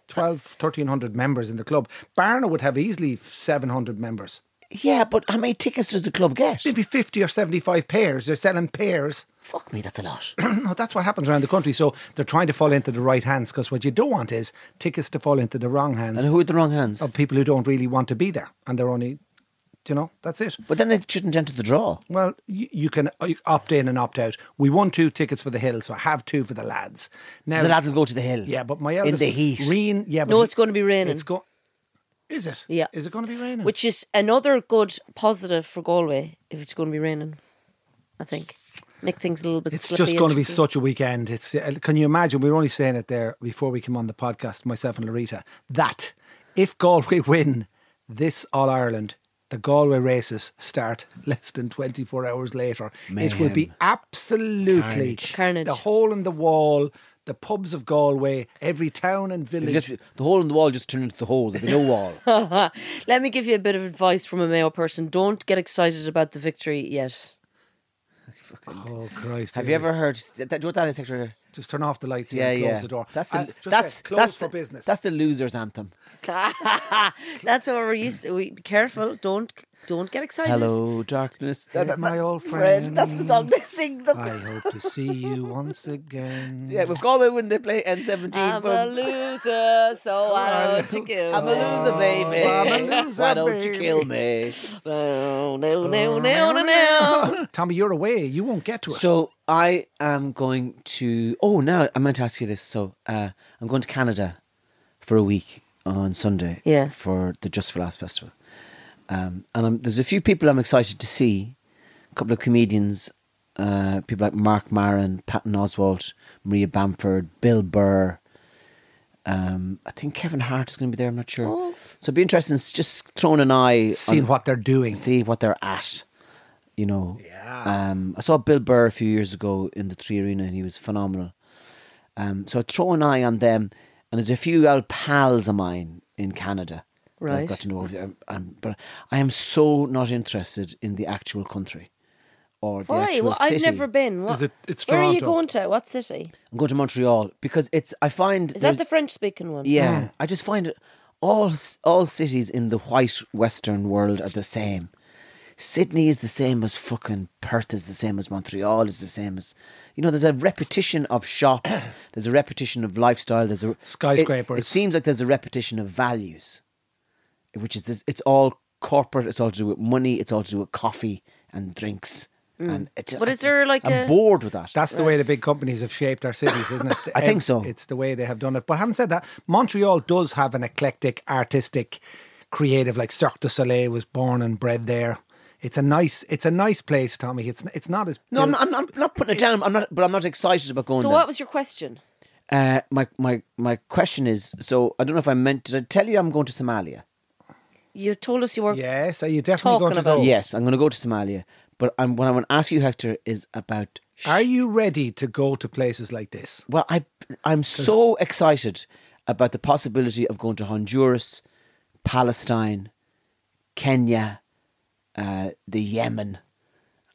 [SPEAKER 6] 12, 1300 members in the club. Barna would have easily 700 members.
[SPEAKER 4] yeah, but how many tickets does the club get?
[SPEAKER 6] Maybe 50 or 75 pairs. They're selling pairs.
[SPEAKER 4] Fuck me, that's a lot.
[SPEAKER 6] no, that's what happens around the country. So they're trying to fall into the right hands because what you don't want is tickets to fall into the wrong hands
[SPEAKER 4] and who are the wrong hands?
[SPEAKER 6] of people who don't really want to be there. And they're only, you know, that's it.
[SPEAKER 4] But then they shouldn't enter the draw.
[SPEAKER 6] Well, you, you can uh, opt in and opt out. We won two tickets for the hill, so I have two for the lads. Now
[SPEAKER 4] The lad will go to the hill.
[SPEAKER 6] Yeah, but my eldest
[SPEAKER 4] in the heat.
[SPEAKER 6] Reen, yeah, but
[SPEAKER 5] No,
[SPEAKER 6] he-
[SPEAKER 5] it's going to be raining.
[SPEAKER 6] It's go- Is it?
[SPEAKER 5] Yeah.
[SPEAKER 6] Is it going to be raining?
[SPEAKER 5] which is another good positive for Galway if it's going to be raining. I think make things a little bit.
[SPEAKER 6] it's
[SPEAKER 5] slippy
[SPEAKER 6] just
[SPEAKER 5] and
[SPEAKER 6] going to be
[SPEAKER 5] tricky.
[SPEAKER 6] such a weekend. It's uh, can you imagine? We were only saying it there before we came on the podcast, myself and Loretta, that if Galway win this All Ireland, the Galway races start less than twenty four hours later. It will be
[SPEAKER 4] Mayhem.
[SPEAKER 6] absolutely
[SPEAKER 4] Carnage.
[SPEAKER 5] Carnage.
[SPEAKER 6] The hole in the wall, the pubs of Galway, every town and
[SPEAKER 4] It'll
[SPEAKER 6] village.
[SPEAKER 4] just be- the hole in the wall just turned into the hole. There'll be no wall.
[SPEAKER 5] Let me give you a bit of advice from a Mayo person. Don't get excited about the victory yet.
[SPEAKER 6] oh Christ!
[SPEAKER 4] Have
[SPEAKER 6] here
[SPEAKER 4] you
[SPEAKER 6] we
[SPEAKER 4] ever heard? Do you know what that is, actually?
[SPEAKER 6] Just turn off the lights here
[SPEAKER 4] Yeah,
[SPEAKER 6] and close
[SPEAKER 4] yeah.
[SPEAKER 6] the door.
[SPEAKER 4] That's the,
[SPEAKER 6] Uh, just
[SPEAKER 4] that's
[SPEAKER 6] say, close
[SPEAKER 4] that's
[SPEAKER 6] for
[SPEAKER 4] the,
[SPEAKER 6] business.
[SPEAKER 4] That's the losers' anthem.
[SPEAKER 5] That's what we're used to. We, be careful. Don't don't get excited.
[SPEAKER 4] Hello, darkness. That, that,
[SPEAKER 6] my
[SPEAKER 4] that-
[SPEAKER 6] old
[SPEAKER 4] That's the song they sing. That's
[SPEAKER 6] I hope to see you once again.
[SPEAKER 4] Yeah, we've Galway when they play N17.
[SPEAKER 5] I'm
[SPEAKER 4] but-
[SPEAKER 5] a loser, so why don't you kill
[SPEAKER 4] I'm a loser, baby.
[SPEAKER 6] I'm a loser,
[SPEAKER 4] Why don't you
[SPEAKER 6] baby.
[SPEAKER 4] kill me?
[SPEAKER 6] Oh,
[SPEAKER 5] No, no, no, no, no, no.
[SPEAKER 6] Tommy, you're away. You won't get to it.
[SPEAKER 4] So I am going to. Oh, now I meant to ask you this. So uh, I'm going to Canada for a week on Sunday.
[SPEAKER 5] Yeah.
[SPEAKER 4] For the Just for Last festival, um, and I'm, there's a few people I'm excited to see. A couple of comedians, uh, people like Mark Maron, Patton Oswalt, Maria Bamford, Bill Burr. Um, I think Kevin Hart is going to be there. I'm not sure. So it'd be interesting. It's just throwing an eye.
[SPEAKER 6] Oh. Seeing
[SPEAKER 4] on-
[SPEAKER 6] what they're doing.
[SPEAKER 4] see what they're at. You know, Um, I saw Bill Burr a few years ago in the Three Arena, and he was phenomenal. Um, so I throw an eye on them, and there's a few old pals of mine in Canada. that
[SPEAKER 5] Right.
[SPEAKER 4] I've got to know, over there. Um, um, but I am so not interested in the actual country or the
[SPEAKER 5] Why?
[SPEAKER 4] actual
[SPEAKER 5] Well, I've
[SPEAKER 4] city.
[SPEAKER 5] never been. What?
[SPEAKER 6] Is it- it's
[SPEAKER 5] Where are you
[SPEAKER 6] Toronto.
[SPEAKER 5] going to? What city?
[SPEAKER 4] I'm going to Montreal because it's. I find
[SPEAKER 5] Is
[SPEAKER 4] there's-
[SPEAKER 5] that the French speaking one?
[SPEAKER 4] yeah, I just find it all all cities in the white Western world are the same. Sydney is the same as fucking Perth is the same as Montreal is the same as you know. There's a repetition of shops. there's a repetition of lifestyle. There's a it- It,
[SPEAKER 6] Skyscrapers.
[SPEAKER 4] seems like there's a repetition of values, which is this. It's all corporate. It's all to do with money. It's all to do with coffee and drinks. And it's,
[SPEAKER 5] Mm. But is there like
[SPEAKER 4] I'm
[SPEAKER 5] a-
[SPEAKER 4] bored with that?
[SPEAKER 6] That's the way the big companies have shaped our cities, isn't it?
[SPEAKER 4] uh, I think so.
[SPEAKER 6] It's the way they have done it. But having said that, Montreal does have an eclectic, artistic, creative. Like Cirque du Soleil was born and bred there. It's a nice, it's a nice place, Tommy. It's it's not as
[SPEAKER 4] no, I'm not, I'm, not, I'm not putting it down. I'm not, but I'm not excited about going.
[SPEAKER 5] So
[SPEAKER 4] there.
[SPEAKER 5] what was your question?
[SPEAKER 4] Uh, my my my question is so I don't know if I meant did I tell you I'm going to Somalia?
[SPEAKER 5] You told us you were.
[SPEAKER 6] Yes, are you definitely going
[SPEAKER 5] Talking
[SPEAKER 6] to
[SPEAKER 5] about-
[SPEAKER 6] go?
[SPEAKER 4] Yes, I'm going to go to Somalia. But I'm, what I want to ask you, Hector, is about. sh-
[SPEAKER 6] Are you ready to go to places like this?
[SPEAKER 4] well, I I'm so excited about the possibility of going to Honduras, Palestine, Kenya, uh, the Yemen.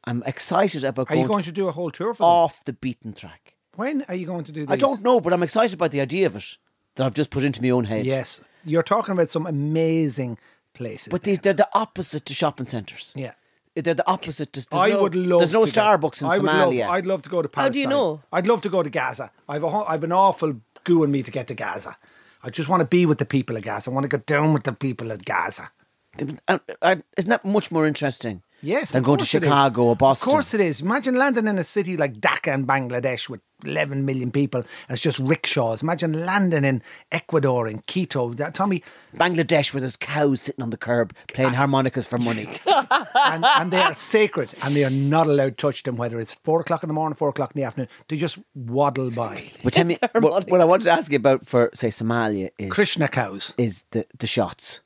[SPEAKER 4] I'm excited about
[SPEAKER 6] Are
[SPEAKER 4] going,
[SPEAKER 6] you going to do a whole tour for them?
[SPEAKER 4] off the beaten track.
[SPEAKER 6] When are you going to do these?
[SPEAKER 4] Oh. I don't know, but I'm excited about the idea of it that I've just put into my own head.
[SPEAKER 6] Yes, you're talking about some amazing places.
[SPEAKER 4] But
[SPEAKER 6] there.
[SPEAKER 4] these, they're the opposite to shopping centres.
[SPEAKER 6] yeah,
[SPEAKER 4] They're the opposite. There's, there's
[SPEAKER 6] I
[SPEAKER 4] no,
[SPEAKER 6] would love.
[SPEAKER 4] There's no
[SPEAKER 6] to go-
[SPEAKER 4] Starbucks in
[SPEAKER 6] I would
[SPEAKER 4] Somalia.
[SPEAKER 6] Love, I'd love to go to Palestine.
[SPEAKER 5] How do you know?
[SPEAKER 6] I'd love to go to Gaza. I've a, ho- I've an awful goo in me to get to Gaza. I just want to be with the people of Gaza. I want to get down with the people of Gaza.
[SPEAKER 4] I, I, isn't that much more interesting?
[SPEAKER 6] Yes,
[SPEAKER 4] than
[SPEAKER 6] of
[SPEAKER 4] going to
[SPEAKER 6] course it is.
[SPEAKER 4] Chicago or Boston.
[SPEAKER 6] Of course it is. Imagine landing in a city like Dhaka in Bangladesh with 11 million people and it's just rickshaws. Imagine landing in Ecuador in Quito. That, Tommy,
[SPEAKER 4] Bangladesh, where there's cows sitting on the curb playing harmonicas for money.
[SPEAKER 6] and, and they are sacred and they are not allowed to touch them, whether it's four o'clock in the morning, four o'clock in the afternoon. They just waddle by.
[SPEAKER 4] but tell me, what, what I wanted to ask you about for say Somalia is
[SPEAKER 6] Krishna cows.
[SPEAKER 4] is the the shots.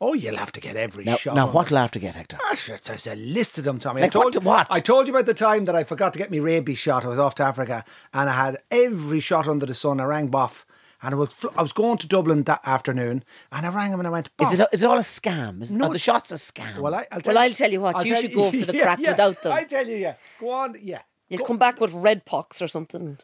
[SPEAKER 6] Oh, you'll have to get every
[SPEAKER 4] Now,
[SPEAKER 6] shot. Ah,
[SPEAKER 4] now what'll I have to get, Hector?
[SPEAKER 6] Gosh, it's- it's a list of them, Tommy. I
[SPEAKER 4] Like, what-
[SPEAKER 6] told you
[SPEAKER 4] what?
[SPEAKER 6] I told you about the time that I forgot to get my rabies shot. I was off to Africa, and I had every shot under the sun. I rang Boff, and I was fl- I was going to Dublin that afternoon, and I rang him and I went, Boff.
[SPEAKER 4] Is it, is it all a scam? Is,
[SPEAKER 6] No,
[SPEAKER 4] are the
[SPEAKER 6] it's-
[SPEAKER 4] shots a scam?
[SPEAKER 6] well, I, I'll tell
[SPEAKER 5] Well, I'll tell you what, you should go for the crack without them.
[SPEAKER 6] I tell you, yeah. Go on, yeah.
[SPEAKER 5] You'll come back with red pox or something.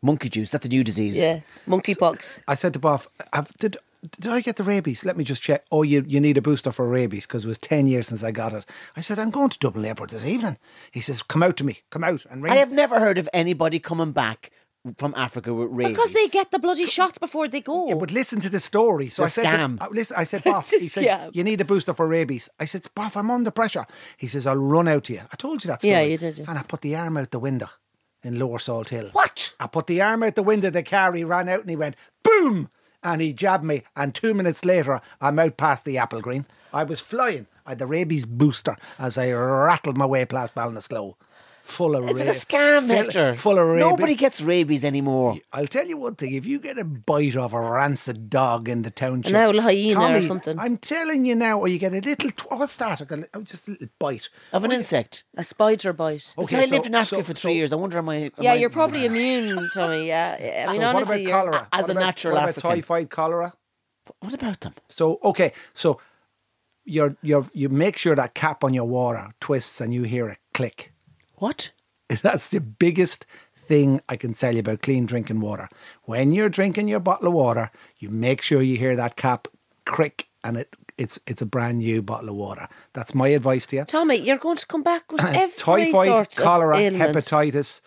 [SPEAKER 4] Monkey juice, that's the new disease.
[SPEAKER 5] Yeah, monkey pox.
[SPEAKER 6] I said to Boff, "Have- did did I get the rabies? Let me just check. Oh, you you need a booster for rabies because it was ten years since I got it. I said I'm going to Dublin Airport this evening. He says, come out to me, come out and ring.
[SPEAKER 4] I have never heard of anybody coming back from Africa with rabies.
[SPEAKER 5] Because they get the bloody shots before they go.
[SPEAKER 6] Yeah, but listen to the story. So I
[SPEAKER 4] It's a
[SPEAKER 6] said, to-
[SPEAKER 4] scam.
[SPEAKER 6] I- listen, I said, Boff,
[SPEAKER 5] It's a
[SPEAKER 6] he said,
[SPEAKER 5] scam.
[SPEAKER 6] you need a booster for rabies. I said, Boff, I'm under pressure. He says, I'll run out to you. I told you that story.
[SPEAKER 5] Yeah, you did, yeah.
[SPEAKER 6] And I put the arm out the window in Lower Salt Hill.
[SPEAKER 4] What?
[SPEAKER 6] I put the arm out the window of the car. He ran out and he went, boom! And he jabbed me. And two minutes later, I'm out past the apple green. I was flying. I had the rabies booster as I rattled my way past Ballinasloe. Full of
[SPEAKER 4] It's a
[SPEAKER 6] ra-
[SPEAKER 4] scam,
[SPEAKER 6] full-
[SPEAKER 4] Hector.
[SPEAKER 6] Full of rabies.
[SPEAKER 4] Nobody gets rabies anymore.
[SPEAKER 6] I'll tell you one thing: if you get a bite of a rancid dog in the township,
[SPEAKER 5] An owl hyena or
[SPEAKER 6] Tommy,
[SPEAKER 5] something.
[SPEAKER 6] I'm telling you now, or you get a little. Tw- what's that? I got a, li- oh, just a little bite.
[SPEAKER 4] Of an insect.
[SPEAKER 5] a spider bite.
[SPEAKER 6] oh, Okay,
[SPEAKER 4] Okay, I
[SPEAKER 6] so-
[SPEAKER 4] lived in Africa
[SPEAKER 6] so-
[SPEAKER 4] for
[SPEAKER 6] so-
[SPEAKER 4] three years. I wonder, am I. am
[SPEAKER 5] Yeah,
[SPEAKER 4] I-
[SPEAKER 5] you're probably immune, Tommy. Yeah, yeah. I mean,
[SPEAKER 6] so
[SPEAKER 5] honestly,
[SPEAKER 6] what about
[SPEAKER 5] you're-
[SPEAKER 6] cholera?
[SPEAKER 4] as
[SPEAKER 6] What
[SPEAKER 4] a
[SPEAKER 6] about-
[SPEAKER 4] natural
[SPEAKER 6] what
[SPEAKER 4] African.
[SPEAKER 6] about typhoid cholera.
[SPEAKER 4] What about them?
[SPEAKER 6] So okay, so you're you're you make sure that cap on your water twists and you hear a click.
[SPEAKER 4] What?
[SPEAKER 6] That's the biggest thing I can tell you about clean drinking water. When you're drinking your bottle of water, you make sure you hear that cap crick and it it's it's a brand new bottle of water. That's my advice to you. Uh,
[SPEAKER 5] Tommy, you're going to come back with every
[SPEAKER 6] typhoid,
[SPEAKER 5] sort
[SPEAKER 6] cholera,
[SPEAKER 5] of ailment.
[SPEAKER 6] hepatitis.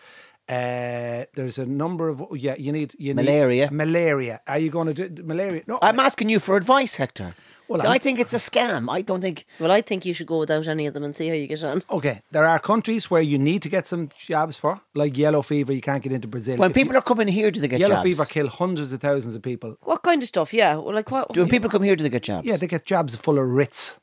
[SPEAKER 6] Uh, there's a number of oh, yeah. You need you need-
[SPEAKER 4] Malaria.
[SPEAKER 6] Malaria. Are you going to do malaria? No,
[SPEAKER 4] I'm asking you for advice, Hector.
[SPEAKER 6] Well,
[SPEAKER 4] See, I
[SPEAKER 6] I'm-
[SPEAKER 4] think it's a scam. I don't think.
[SPEAKER 5] Well, I think you should go without any of them and see how you get on.
[SPEAKER 6] okay. There are countries where you need to get some jabs for, like yellow fever. You can't get into Brazil.
[SPEAKER 4] When
[SPEAKER 6] If
[SPEAKER 4] people are coming here, do they get
[SPEAKER 6] yellow
[SPEAKER 4] jobs?
[SPEAKER 6] fever kill hundreds of thousands of people.
[SPEAKER 5] What kind of stuff? Yeah, well, like what?
[SPEAKER 4] Do when people come here, do they get jobs?
[SPEAKER 6] Yeah, they get jabs full of Ritz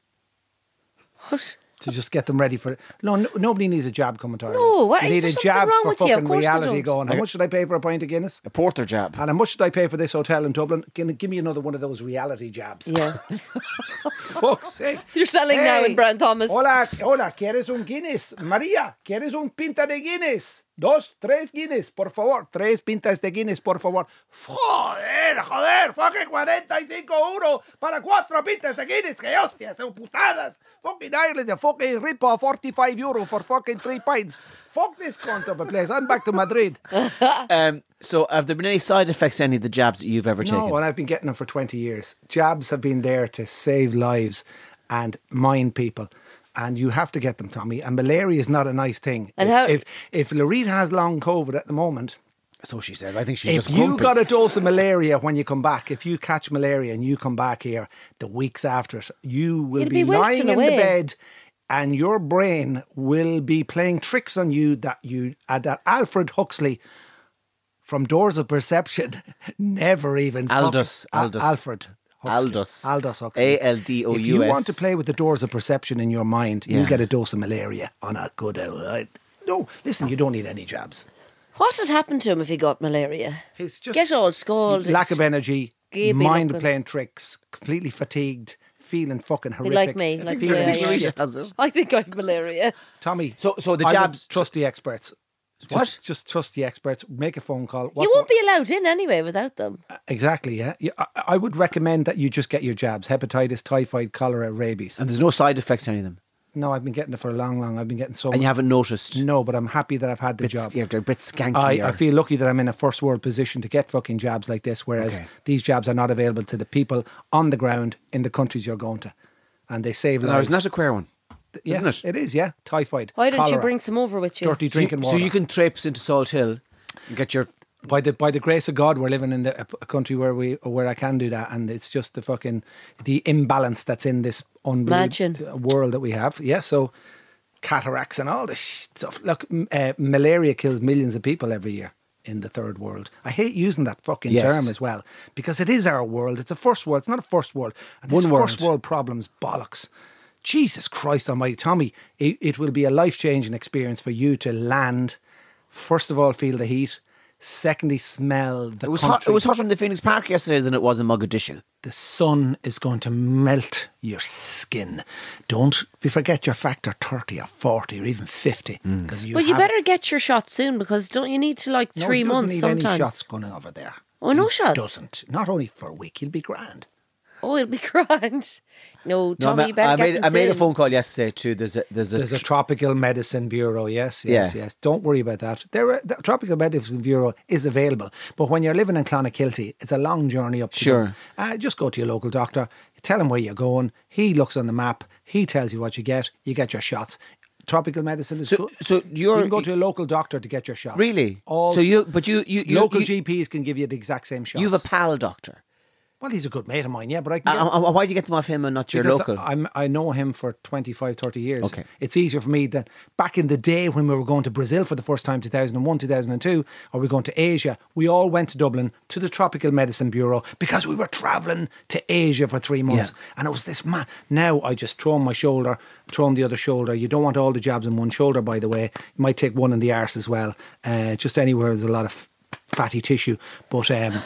[SPEAKER 5] what?
[SPEAKER 6] to just get them ready for it. No, no nobody needs a jab coming to Ireland.
[SPEAKER 5] No, what-
[SPEAKER 6] you
[SPEAKER 5] is
[SPEAKER 6] need
[SPEAKER 5] there
[SPEAKER 6] a
[SPEAKER 5] something
[SPEAKER 6] jab
[SPEAKER 5] wrong
[SPEAKER 6] for
[SPEAKER 5] with you? Of
[SPEAKER 6] fucking
[SPEAKER 5] course they
[SPEAKER 6] reality.
[SPEAKER 5] don't.
[SPEAKER 6] Going, how much should I pay for a pint of Guinness?
[SPEAKER 4] A porter job.
[SPEAKER 6] And how much should I pay for this hotel in Dublin? Can give me another one of those reality jabs?
[SPEAKER 5] Yeah.
[SPEAKER 6] fuck's sake.
[SPEAKER 5] You're selling now in Brand Thomas.
[SPEAKER 6] Hola, hola, ¿quieres un Guinness? María, ¿quieres un pinta de Guinness? Dos, tres Guinness, por favor. Tres pintas de Guinness, por favor. Joder, joder, fucking 45 euros para cuatro pintas de Guinness. Que hostias, son putadas. Fucking Ireland, a fucking rip off 45 euro for fucking three pints. Fuck this cunt of a place. I'm back to Madrid.
[SPEAKER 4] Um, so, have there been any side effects to any of the jabs that you've ever taken?
[SPEAKER 6] No, and I've been getting them for 20 years. Jabs have been there to save lives and mind people. And you have to get them, Tommy. And malaria is not a nice thing.
[SPEAKER 5] And
[SPEAKER 6] if,
[SPEAKER 5] how-
[SPEAKER 6] if if Loretta has long COVID at the moment,
[SPEAKER 4] so she says. I think she's
[SPEAKER 6] if
[SPEAKER 4] just
[SPEAKER 6] you
[SPEAKER 4] grumpy.
[SPEAKER 6] got a dose of malaria when you come back, if you catch malaria and you come back here the weeks after it, you will
[SPEAKER 5] It'll
[SPEAKER 6] be,
[SPEAKER 5] be
[SPEAKER 6] lying
[SPEAKER 5] wilting
[SPEAKER 6] in the
[SPEAKER 5] away.
[SPEAKER 6] bed and your brain will be playing tricks on you that you uh, that Alfred Huxley from Doors of Perception never even fucking-
[SPEAKER 4] Aldous,
[SPEAKER 6] A-
[SPEAKER 4] Aldous.
[SPEAKER 6] Alfred Huxley.
[SPEAKER 4] Aldous.
[SPEAKER 6] Aldous Huxley
[SPEAKER 4] A-L-D-O-U-S.
[SPEAKER 6] If you want to play with the Doors of Perception in your mind,
[SPEAKER 4] Yeah.
[SPEAKER 6] you get a dose of malaria on a good old. I- No, listen, you don't need any jabs.
[SPEAKER 5] What would happen to him if he got malaria?
[SPEAKER 6] It's just
[SPEAKER 5] Get all scalded.
[SPEAKER 6] lack of energy,
[SPEAKER 5] Gibby
[SPEAKER 6] mind
[SPEAKER 5] looking.
[SPEAKER 6] playing tricks, completely fatigued, feeling fucking horrific.
[SPEAKER 5] like me, like the
[SPEAKER 6] feeling
[SPEAKER 5] way I am.
[SPEAKER 6] shit.
[SPEAKER 4] has it.
[SPEAKER 5] I think I've malaria.
[SPEAKER 6] Tommy.
[SPEAKER 4] So- so the
[SPEAKER 6] I would
[SPEAKER 4] jabs-
[SPEAKER 6] trust the experts. Just,
[SPEAKER 4] What?
[SPEAKER 6] Just trust the experts. Make a phone call. What
[SPEAKER 5] you
[SPEAKER 6] do-
[SPEAKER 5] won't be allowed in anyway without them.
[SPEAKER 6] exactly. Yeah, yeah I, I would recommend that you just get your jabs: hepatitis, typhoid, cholera, rabies.
[SPEAKER 4] And there's no side effects to any of them.
[SPEAKER 6] No, I've been getting it for a long, long. I've been getting so.
[SPEAKER 4] and you
[SPEAKER 6] much-
[SPEAKER 4] haven't noticed.
[SPEAKER 6] No, but I'm happy that I've had the
[SPEAKER 4] Bits-
[SPEAKER 6] job.
[SPEAKER 4] yeah, they're a bit skankier.
[SPEAKER 6] I, I feel lucky that I'm in a first world position to get fucking jobs like this, whereas
[SPEAKER 4] Okay.
[SPEAKER 6] these jobs are not available to the people on the ground in the countries you're going to. And they save
[SPEAKER 4] No,
[SPEAKER 6] lives.
[SPEAKER 4] it's not a queer one,
[SPEAKER 6] yeah,
[SPEAKER 4] isn't it?
[SPEAKER 6] It is, yeah. Typhoid.
[SPEAKER 5] Why don't you
[SPEAKER 6] cholera,
[SPEAKER 5] bring some over with you?
[SPEAKER 6] dirty drinking
[SPEAKER 4] so, you,
[SPEAKER 6] water?
[SPEAKER 4] so you can traipse into Salt Hill and get your.
[SPEAKER 6] by the by the grace of God, we're living in the, a, p- a country where we where I can do that, and it's just the fucking the imbalance that's in this
[SPEAKER 5] Imagine.
[SPEAKER 6] unbelievable world that we have. Yeah, so cataracts and all this stuff. Look, m- uh, malaria kills millions of people every year in the third world. I hate using that fucking
[SPEAKER 4] Yes.
[SPEAKER 6] term as well because it is our world. It's a first world. It's not a first world. And this
[SPEAKER 4] One world.
[SPEAKER 6] first world problems bollocks. Jesus Christ Almighty, Tommy! It, it will be a life changing experience for you to land first of all feel the heat secondly smell the
[SPEAKER 4] It was hot.
[SPEAKER 6] country.
[SPEAKER 4] It was hotter in the Phoenix Park yesterday than it was in Mogadishu.
[SPEAKER 6] the sun is going to melt your skin don't be- forget your factor 30 or 40 or even 50
[SPEAKER 4] Mm.
[SPEAKER 6] because you
[SPEAKER 5] Well, you
[SPEAKER 6] have-
[SPEAKER 5] better get your shot soon because don't you need to like
[SPEAKER 6] No,
[SPEAKER 5] three
[SPEAKER 6] he doesn't
[SPEAKER 5] months
[SPEAKER 6] need
[SPEAKER 5] sometimes?
[SPEAKER 6] any shots going over there
[SPEAKER 5] Oh, no shots.
[SPEAKER 6] doesn't not only for a week he'll be grand
[SPEAKER 5] Oh, it'll be grand.
[SPEAKER 4] No,
[SPEAKER 5] No,
[SPEAKER 4] I
[SPEAKER 5] Tommy,
[SPEAKER 4] ma-
[SPEAKER 5] you better
[SPEAKER 4] I
[SPEAKER 5] get
[SPEAKER 4] made,
[SPEAKER 5] them
[SPEAKER 4] I made a
[SPEAKER 5] soon.
[SPEAKER 4] phone call yesterday too. There's a there's a,
[SPEAKER 6] There's a tropical medicine bureau. Yes, yes,
[SPEAKER 4] Yeah.
[SPEAKER 6] yes. Don't worry about that. There, are, the tropical medicine bureau is available, but when you're living in Clonakilty, it's a long journey up. To
[SPEAKER 4] Sure.
[SPEAKER 6] them. Uh, just go to your local doctor. Tell him where you're going. He looks on the map. He tells you what you get. You get your shots. Tropical medicine is
[SPEAKER 4] So-
[SPEAKER 6] good.
[SPEAKER 4] so
[SPEAKER 6] you
[SPEAKER 4] you're-
[SPEAKER 6] can go to a local doctor to get your shots.
[SPEAKER 4] really.
[SPEAKER 6] All
[SPEAKER 4] so you but you you, you
[SPEAKER 6] local
[SPEAKER 4] you,
[SPEAKER 6] GPs can give you the exact same shots.
[SPEAKER 4] You have a pal doctor.
[SPEAKER 6] well, he's a good mate of mine. Yeah, but I can.
[SPEAKER 4] Uh,
[SPEAKER 6] Get,
[SPEAKER 4] uh, uh, why do you get them off him and not your
[SPEAKER 6] because
[SPEAKER 4] local?
[SPEAKER 6] I'm, I know him for 25, 30 years.
[SPEAKER 4] Okay.
[SPEAKER 6] It's easier for me than back in the day when we were going to Brazil for the first time, 2001, 2002, or we were going to Asia. We all went to Dublin to the Tropical Medicine Bureau because we were traveling to Asia for three months.
[SPEAKER 4] Yeah.
[SPEAKER 6] And it was this man. Now I just throw on my shoulder, throw on the other shoulder. You don't want all the jabs in one shoulder, by the way. You might take one in the arse as well. Uh, just anywhere there's a lot of fatty tissue. But um,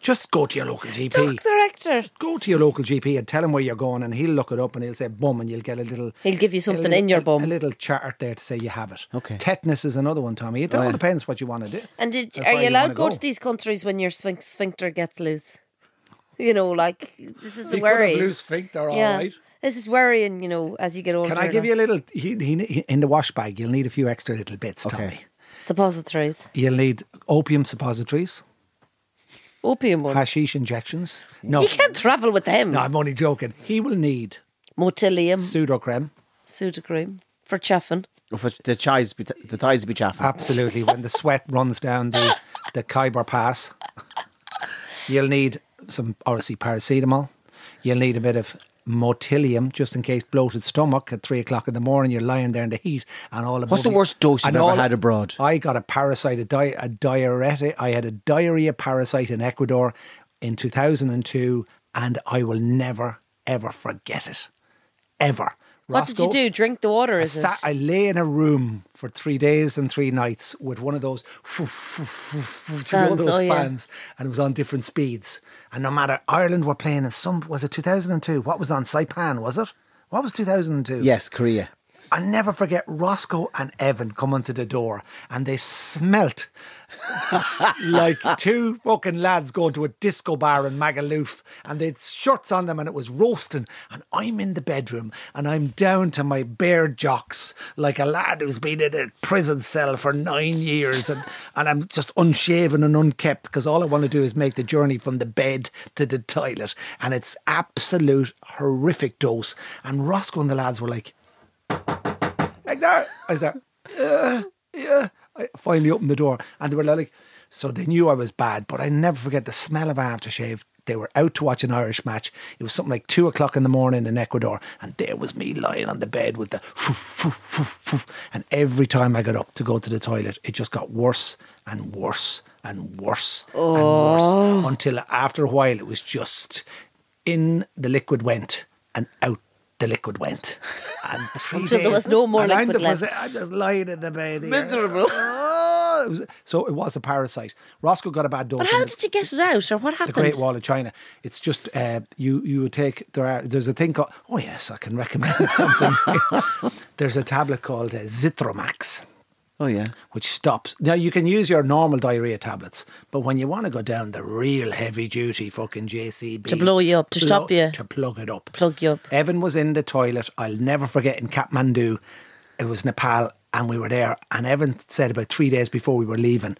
[SPEAKER 6] just go to your local GP
[SPEAKER 5] Doc director.
[SPEAKER 6] go to your local GP and tell him where you're going, and he'll look it up and he'll say bum, and you'll get a little.
[SPEAKER 5] He'll give you something
[SPEAKER 6] a little-
[SPEAKER 5] in your bum.
[SPEAKER 6] A little chart there to say you have it.
[SPEAKER 4] Okay.
[SPEAKER 6] Tetanus is another one, Tommy. It all depends what you want to do.
[SPEAKER 5] And did,
[SPEAKER 6] How
[SPEAKER 5] are
[SPEAKER 6] far
[SPEAKER 5] you allowed
[SPEAKER 6] wanna
[SPEAKER 5] to go, to these countries when your sphinx- sphincter gets loose? You know, like this is
[SPEAKER 6] You could have
[SPEAKER 5] worry.
[SPEAKER 6] loose sphincter, all right.
[SPEAKER 5] This is worrying, you know, as you get older.
[SPEAKER 6] Can I give you a little? He, he, he- in the wash bag, you'll need a few extra little bits, Tommy.
[SPEAKER 5] suppositories,
[SPEAKER 6] You'll need opium suppositories,
[SPEAKER 5] opium ones?
[SPEAKER 6] hashish injections. No,
[SPEAKER 5] You can't travel with them.
[SPEAKER 6] no, I'm only joking. He will need
[SPEAKER 5] Motilium,
[SPEAKER 6] pseudocreme.
[SPEAKER 5] pseudocreme for chaffing.
[SPEAKER 4] Or for the thighs, be, the thighs be chaffing.
[SPEAKER 6] Absolutely. when the sweat runs down the, the Khyber Pass, you'll need some, obviously, paracetamol. You'll need a bit of motilium just in case bloated stomach at three o'clock in the morning. You're lying there in the heat and all above
[SPEAKER 4] What's the
[SPEAKER 6] you-
[SPEAKER 4] worst dose you've
[SPEAKER 6] and
[SPEAKER 4] ever
[SPEAKER 6] all-
[SPEAKER 4] had abroad?
[SPEAKER 6] I got a parasite, a, di- a diuretic. I had a diarrhea parasite in Ecuador in 2002, and I will never, ever forget it. Ever.
[SPEAKER 5] What did you
[SPEAKER 6] Roscoe-
[SPEAKER 5] do? Drink the water,
[SPEAKER 6] I
[SPEAKER 5] is
[SPEAKER 6] sat-
[SPEAKER 5] it?
[SPEAKER 6] I lay in a room for three days and three nights with one of those fans, you know,
[SPEAKER 5] Fans,
[SPEAKER 6] those
[SPEAKER 5] oh, yeah.
[SPEAKER 6] fans, and it was on different speeds. And no matter Ireland were playing, and some was it 2002? What was on Saipan? Was it? What was 2002?
[SPEAKER 4] Yes, Korea.
[SPEAKER 6] I never forget Roscoe and Evan coming to the door, and they smelt like two fucking lads going to a disco bar in Magaluf, and they'd shirts on them, and it was roasting. And I'm in the bedroom, and I'm down to my bare jocks, like a lad who's been in a prison cell for nine years, and, and I'm just unshaven and unkept because all I want to do is make the journey from the bed to the toilet, and it's absolute horrific dose. And Roscoe and the lads were like like that. I was like, yeah, yeah. I finally opened the door and they were like, so they knew I was bad, but I never forget the smell of aftershave. They were out to watch an Irish match. It was something like two o'clock in the morning in Ecuador, and there was me lying on the bed with the foof, foof, foof, foof. And every time I got up to go to the toilet, it just got worse and worse and worse and worse until after a while it was just in the liquid went and out the liquid went. And three
[SPEAKER 5] Until there
[SPEAKER 6] days-
[SPEAKER 5] was no more
[SPEAKER 6] and I'm
[SPEAKER 5] liquid
[SPEAKER 6] the- was
[SPEAKER 5] left.
[SPEAKER 6] it- I'm just lying in the bed. here.
[SPEAKER 4] Miserable.
[SPEAKER 6] Oh, it was- so it was a parasite. Roscoe got a bad dose.
[SPEAKER 5] But
[SPEAKER 6] in
[SPEAKER 5] how
[SPEAKER 6] the-
[SPEAKER 5] did you get it out, or what
[SPEAKER 6] the
[SPEAKER 5] happened?
[SPEAKER 6] Great Wall of China. It's just uh, you. You would take there are there's a thing called oh yes I can recommend something. there's a tablet called uh, Zithromax,
[SPEAKER 4] Oh yeah.
[SPEAKER 6] which stops. Now you can use your normal diarrhea tablets, but when you want to go down the real heavy duty fucking JCB
[SPEAKER 5] To blow you up, to stop you.
[SPEAKER 6] to plug it up,
[SPEAKER 5] Plug you up.
[SPEAKER 6] Evan was in the toilet. I'll never forget in Kathmandu. It was Nepal, and we were there. And Evan said about three days before we were leaving,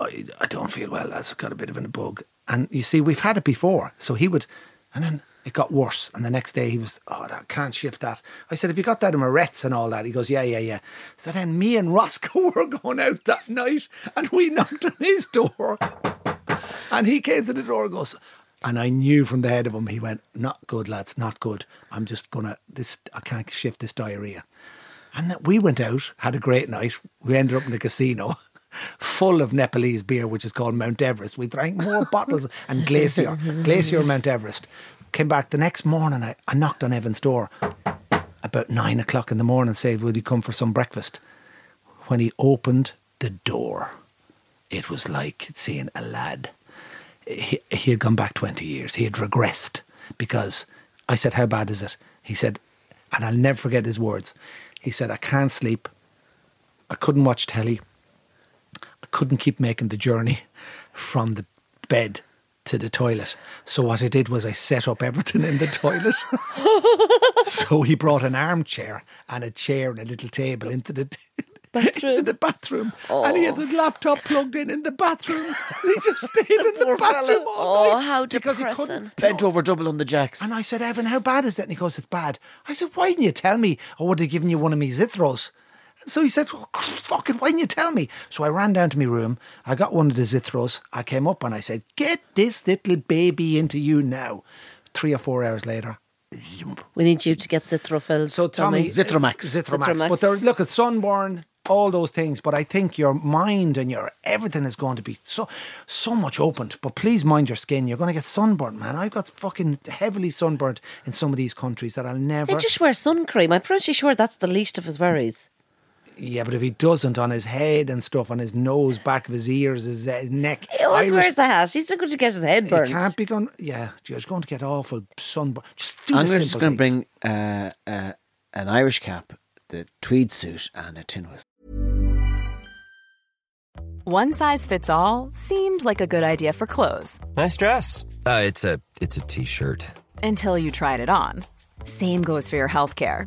[SPEAKER 6] I, I don't feel well. I've got a bit of a bug. And you see, we've had it before. So he would, and then it got worse. And the next day he was, oh, I can't shift that. I said, have you got that in Moretz and all that? He goes, yeah, yeah, yeah. So then me and Roscoe were going out that night, and we knocked on his door. And he came to the door and goes, and I knew from the head of him, he went, not good, lads, not good. I'm just going to, this. I can't shift this diarrhea. And that we went out, had a great night. We ended up in the casino full of Nepalese beer, which is called Mount Everest. We drank more bottles and Glacier, Glacier Mount Everest. Came back the next morning, I, I knocked on Evan's door about nine o'clock in the morning, said, Will you come for some breakfast? When he opened the door, it was like seeing a lad. He, he had gone back 20 years. He had regressed because I said, How bad is it? He said, and I'll never forget his words. He said, I can't sleep. I couldn't watch telly. I couldn't keep making the journey from the bed to the toilet. So what I did was I set up everything in the toilet. so he brought an armchair and a chair and a little table into the into the bathroom, and he had
[SPEAKER 5] Oh.
[SPEAKER 6] his laptop plugged in in the bathroom. He just stayed in the
[SPEAKER 5] poor
[SPEAKER 6] bathroom
[SPEAKER 5] fella.
[SPEAKER 6] all
[SPEAKER 5] Oh,
[SPEAKER 6] night
[SPEAKER 5] how
[SPEAKER 6] because he
[SPEAKER 5] depressing.
[SPEAKER 6] couldn't
[SPEAKER 4] Bent over double on the jacks.
[SPEAKER 6] and I said, Evan, how bad is it? And he goes, it's bad. I said, why didn't you tell me? I would have given you one of me Zithros. And so he said, well, cr- fucking, why didn't you tell me? So I ran down to my room. I got one of the Zithros. I came up and I said, get this little baby into you now. Three or four hours later.
[SPEAKER 5] We need you to get Zitrofil.
[SPEAKER 6] So Tommy,
[SPEAKER 4] Zithromax.
[SPEAKER 6] Zitromax.
[SPEAKER 5] Zitromax.
[SPEAKER 6] But they're, look, it's sunburn, all those things. But I think your mind and your everything is going to be so so much opened. But please mind your skin. You're going to get sunburnt, man. I've got fucking heavily sunburnt in some of these countries that I'll never.
[SPEAKER 5] They just wear sun cream. I'm pretty sure that's the least of his worries.
[SPEAKER 6] Yeah, but if he doesn't on his head and stuff, on his nose, back of his ears, his uh, neck,
[SPEAKER 5] He always
[SPEAKER 6] Irish-
[SPEAKER 5] wears the hat. He's not going to get his head
[SPEAKER 6] It
[SPEAKER 5] burnt.
[SPEAKER 6] can't be going. Yeah, you're going to get awful sunburn. Just do
[SPEAKER 4] I'm
[SPEAKER 6] the
[SPEAKER 4] just
[SPEAKER 6] simple
[SPEAKER 4] going to
[SPEAKER 6] things.
[SPEAKER 4] bring uh, uh, an Irish cap, the tweed suit, and a tin whistle.
[SPEAKER 7] One size fits all seemed like a good idea for clothes
[SPEAKER 8] Nice dress. Uh, it's a it's a t-shirt.
[SPEAKER 7] until you tried it on. Same goes for your healthcare.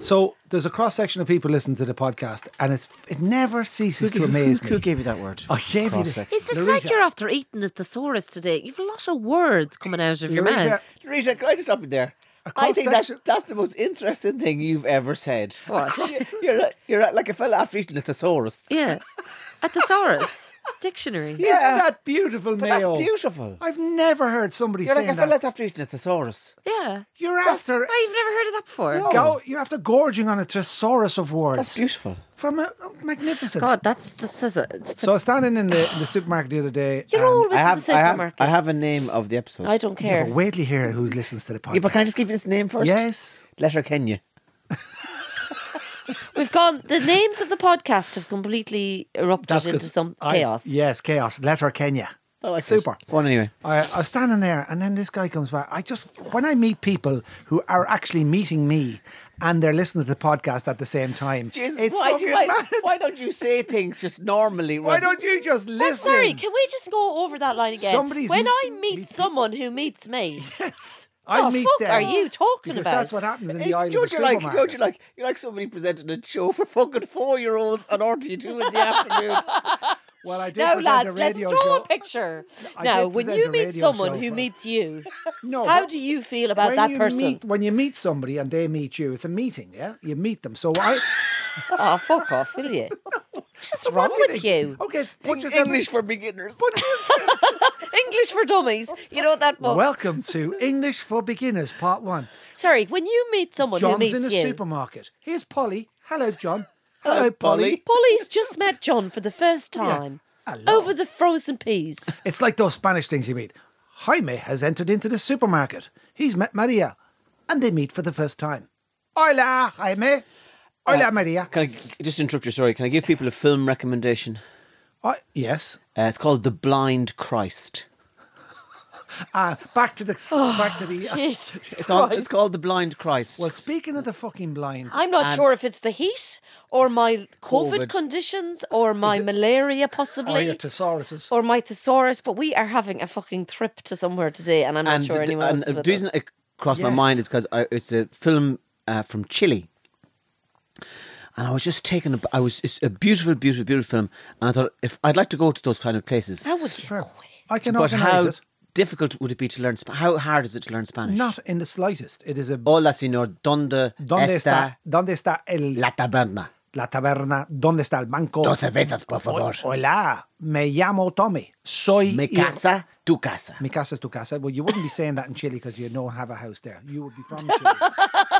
[SPEAKER 6] So there's a cross section of people listening to the podcast, and it's it never ceases to amaze
[SPEAKER 4] who,
[SPEAKER 6] me.
[SPEAKER 4] who gave you that word?
[SPEAKER 6] I gave you the,
[SPEAKER 4] Cross-section.
[SPEAKER 5] It's just like you're after eating a thesaurus today. You've a lot of words coming out of your
[SPEAKER 4] Loretta,
[SPEAKER 5] mouth.
[SPEAKER 4] Loretta, can I just stop you there?
[SPEAKER 6] A
[SPEAKER 4] I think that,
[SPEAKER 6] cross-section-
[SPEAKER 4] that's the most interesting thing you've ever said.
[SPEAKER 5] What?
[SPEAKER 4] You're, you're like a fella after eating a thesaurus.
[SPEAKER 5] Yeah. A thesaurus. Dictionary.
[SPEAKER 6] Isn't
[SPEAKER 4] Yeah.
[SPEAKER 6] that beautiful,
[SPEAKER 4] But that's
[SPEAKER 6] Mayo?
[SPEAKER 4] beautiful.
[SPEAKER 6] I've never heard somebody
[SPEAKER 4] You're
[SPEAKER 6] saying
[SPEAKER 4] like a fella
[SPEAKER 6] that.
[SPEAKER 4] after eating a thesaurus.
[SPEAKER 5] Yeah.
[SPEAKER 6] You're after
[SPEAKER 5] Why, you've never heard of that before?
[SPEAKER 4] No.
[SPEAKER 6] go, you're after gorging on a thesaurus of words
[SPEAKER 4] That's beautiful.
[SPEAKER 6] from a oh, magnificent.
[SPEAKER 5] God, that's that says it. It's-
[SPEAKER 6] So um, I was standing in the, in the supermarket the other day.
[SPEAKER 5] You're
[SPEAKER 6] and-
[SPEAKER 5] always
[SPEAKER 4] I have,
[SPEAKER 5] in the
[SPEAKER 4] I, have,
[SPEAKER 5] supermarket.
[SPEAKER 4] I have a name of the episode.
[SPEAKER 5] I don't
[SPEAKER 6] yeah,
[SPEAKER 5] care.
[SPEAKER 6] but wait till you hear who listens to the podcast.
[SPEAKER 4] Yeah, but can I just give you this name first?
[SPEAKER 6] Yes.
[SPEAKER 4] Letter Kenya.
[SPEAKER 5] We've gone. The names of the podcast have completely erupted into
[SPEAKER 6] 'cause
[SPEAKER 5] some
[SPEAKER 6] I-
[SPEAKER 5] chaos.
[SPEAKER 6] Yes, chaos. Letter Kenya. Super.
[SPEAKER 4] One anyway.
[SPEAKER 6] I, I was standing there, and then this guy comes by. I just when I meet people who are actually meeting me, and they're listening to the podcast at the same time. it's fucking mad.
[SPEAKER 4] don't you say things just normally?
[SPEAKER 6] Why don't you just listen?
[SPEAKER 5] I'm sorry. Can we just go over that line again?
[SPEAKER 6] Somebody's
[SPEAKER 5] when
[SPEAKER 6] m-
[SPEAKER 5] I meet,
[SPEAKER 6] meet-
[SPEAKER 5] someone who meets me,
[SPEAKER 6] I
[SPEAKER 5] the
[SPEAKER 6] meet
[SPEAKER 5] fuck
[SPEAKER 6] them
[SPEAKER 5] are you talking
[SPEAKER 6] because
[SPEAKER 5] about?
[SPEAKER 6] That's what happens in the island. of supermarket.
[SPEAKER 4] like, you're like somebody presenting a show for fucking four year olds on RT2 in the afternoon.
[SPEAKER 6] Well, I did
[SPEAKER 5] No,
[SPEAKER 6] present
[SPEAKER 5] lads,
[SPEAKER 6] a
[SPEAKER 5] let's
[SPEAKER 6] radio
[SPEAKER 5] draw
[SPEAKER 6] show.
[SPEAKER 5] a picture.
[SPEAKER 6] I
[SPEAKER 5] now,
[SPEAKER 6] did
[SPEAKER 5] when
[SPEAKER 6] present
[SPEAKER 5] you
[SPEAKER 6] a
[SPEAKER 5] meet
[SPEAKER 6] radio
[SPEAKER 5] someone
[SPEAKER 6] show
[SPEAKER 5] who
[SPEAKER 6] for-
[SPEAKER 5] meets you,
[SPEAKER 6] No,
[SPEAKER 5] how
[SPEAKER 6] but
[SPEAKER 5] do you feel about
[SPEAKER 6] when
[SPEAKER 5] that
[SPEAKER 6] you
[SPEAKER 5] person?
[SPEAKER 6] Meet, when you meet somebody and they meet you, it's a meeting. Yeah, you meet them. So I.
[SPEAKER 5] Oh, fuck off, will you? What's wrong with you?
[SPEAKER 6] Okay, put yourself
[SPEAKER 4] for beginners.
[SPEAKER 6] Put yourself-
[SPEAKER 5] English for dummies. You know that book.
[SPEAKER 6] Welcome to English for Beginners, Part One.
[SPEAKER 5] Sorry, when you meet someone who
[SPEAKER 6] John's
[SPEAKER 5] meets
[SPEAKER 6] in a
[SPEAKER 5] you,
[SPEAKER 6] supermarket. Here's Polly. Hello, John. Hello, Polly.
[SPEAKER 5] Polly's just met John for the first time over the frozen peas.
[SPEAKER 6] It's like those Spanish things you meet. Jaime has entered into the supermarket. He's met Maria, and they meet for the first time. Hola, Jaime. Hola, Maria.
[SPEAKER 4] Can I g- just interrupt your story? Can I give people a film recommendation?
[SPEAKER 6] Oh, yes.
[SPEAKER 4] Uh, it's called The Blind Christ.
[SPEAKER 6] Uh, back to the back to the. uh,
[SPEAKER 5] Jeez.
[SPEAKER 4] It's, on, it's called The Blind Christ.
[SPEAKER 6] well, speaking of the fucking blind,
[SPEAKER 5] I'm not
[SPEAKER 4] And-
[SPEAKER 5] sure if it's the heat or my COVID,
[SPEAKER 4] COVID.
[SPEAKER 5] conditions or my malaria,
[SPEAKER 6] or
[SPEAKER 5] possibly.
[SPEAKER 6] Oh, your thesauruses.
[SPEAKER 5] or my thesaurus, but we are having a fucking trip to somewhere today, and I'm not
[SPEAKER 4] and
[SPEAKER 5] sure
[SPEAKER 4] the-
[SPEAKER 5] anyone
[SPEAKER 4] and uh,
[SPEAKER 5] else. is
[SPEAKER 4] the
[SPEAKER 5] with
[SPEAKER 4] reason
[SPEAKER 5] us.
[SPEAKER 4] it crossed my
[SPEAKER 6] Yes.
[SPEAKER 4] mind is because it's a film uh, from Chile, and I was just taken. ab- I was it's a beautiful, beautiful, beautiful film, and I thought if I'd like to go to those kind of places,
[SPEAKER 5] How would you?
[SPEAKER 6] Sure. I can
[SPEAKER 4] but how
[SPEAKER 6] organise it.
[SPEAKER 4] difficult would it be to learn? Sp- how hard is it to learn Spanish?
[SPEAKER 6] Not in the slightest. It is a.
[SPEAKER 4] Hola, señor. ¿Dónde,
[SPEAKER 6] ¿Dónde
[SPEAKER 4] Oh, está
[SPEAKER 6] está? ¿Dónde está el
[SPEAKER 4] la taberna?
[SPEAKER 6] la taberna, ¿dónde está el banco?
[SPEAKER 4] Dos cervezas, por favor.
[SPEAKER 6] O- Hola, me llamo Tommy. Soy
[SPEAKER 4] Mi
[SPEAKER 6] ir-
[SPEAKER 4] casa, tu casa.
[SPEAKER 6] Mi casa es tu casa. Well, you wouldn't be saying that in Chile because you don't have a house there. You would be from Chile.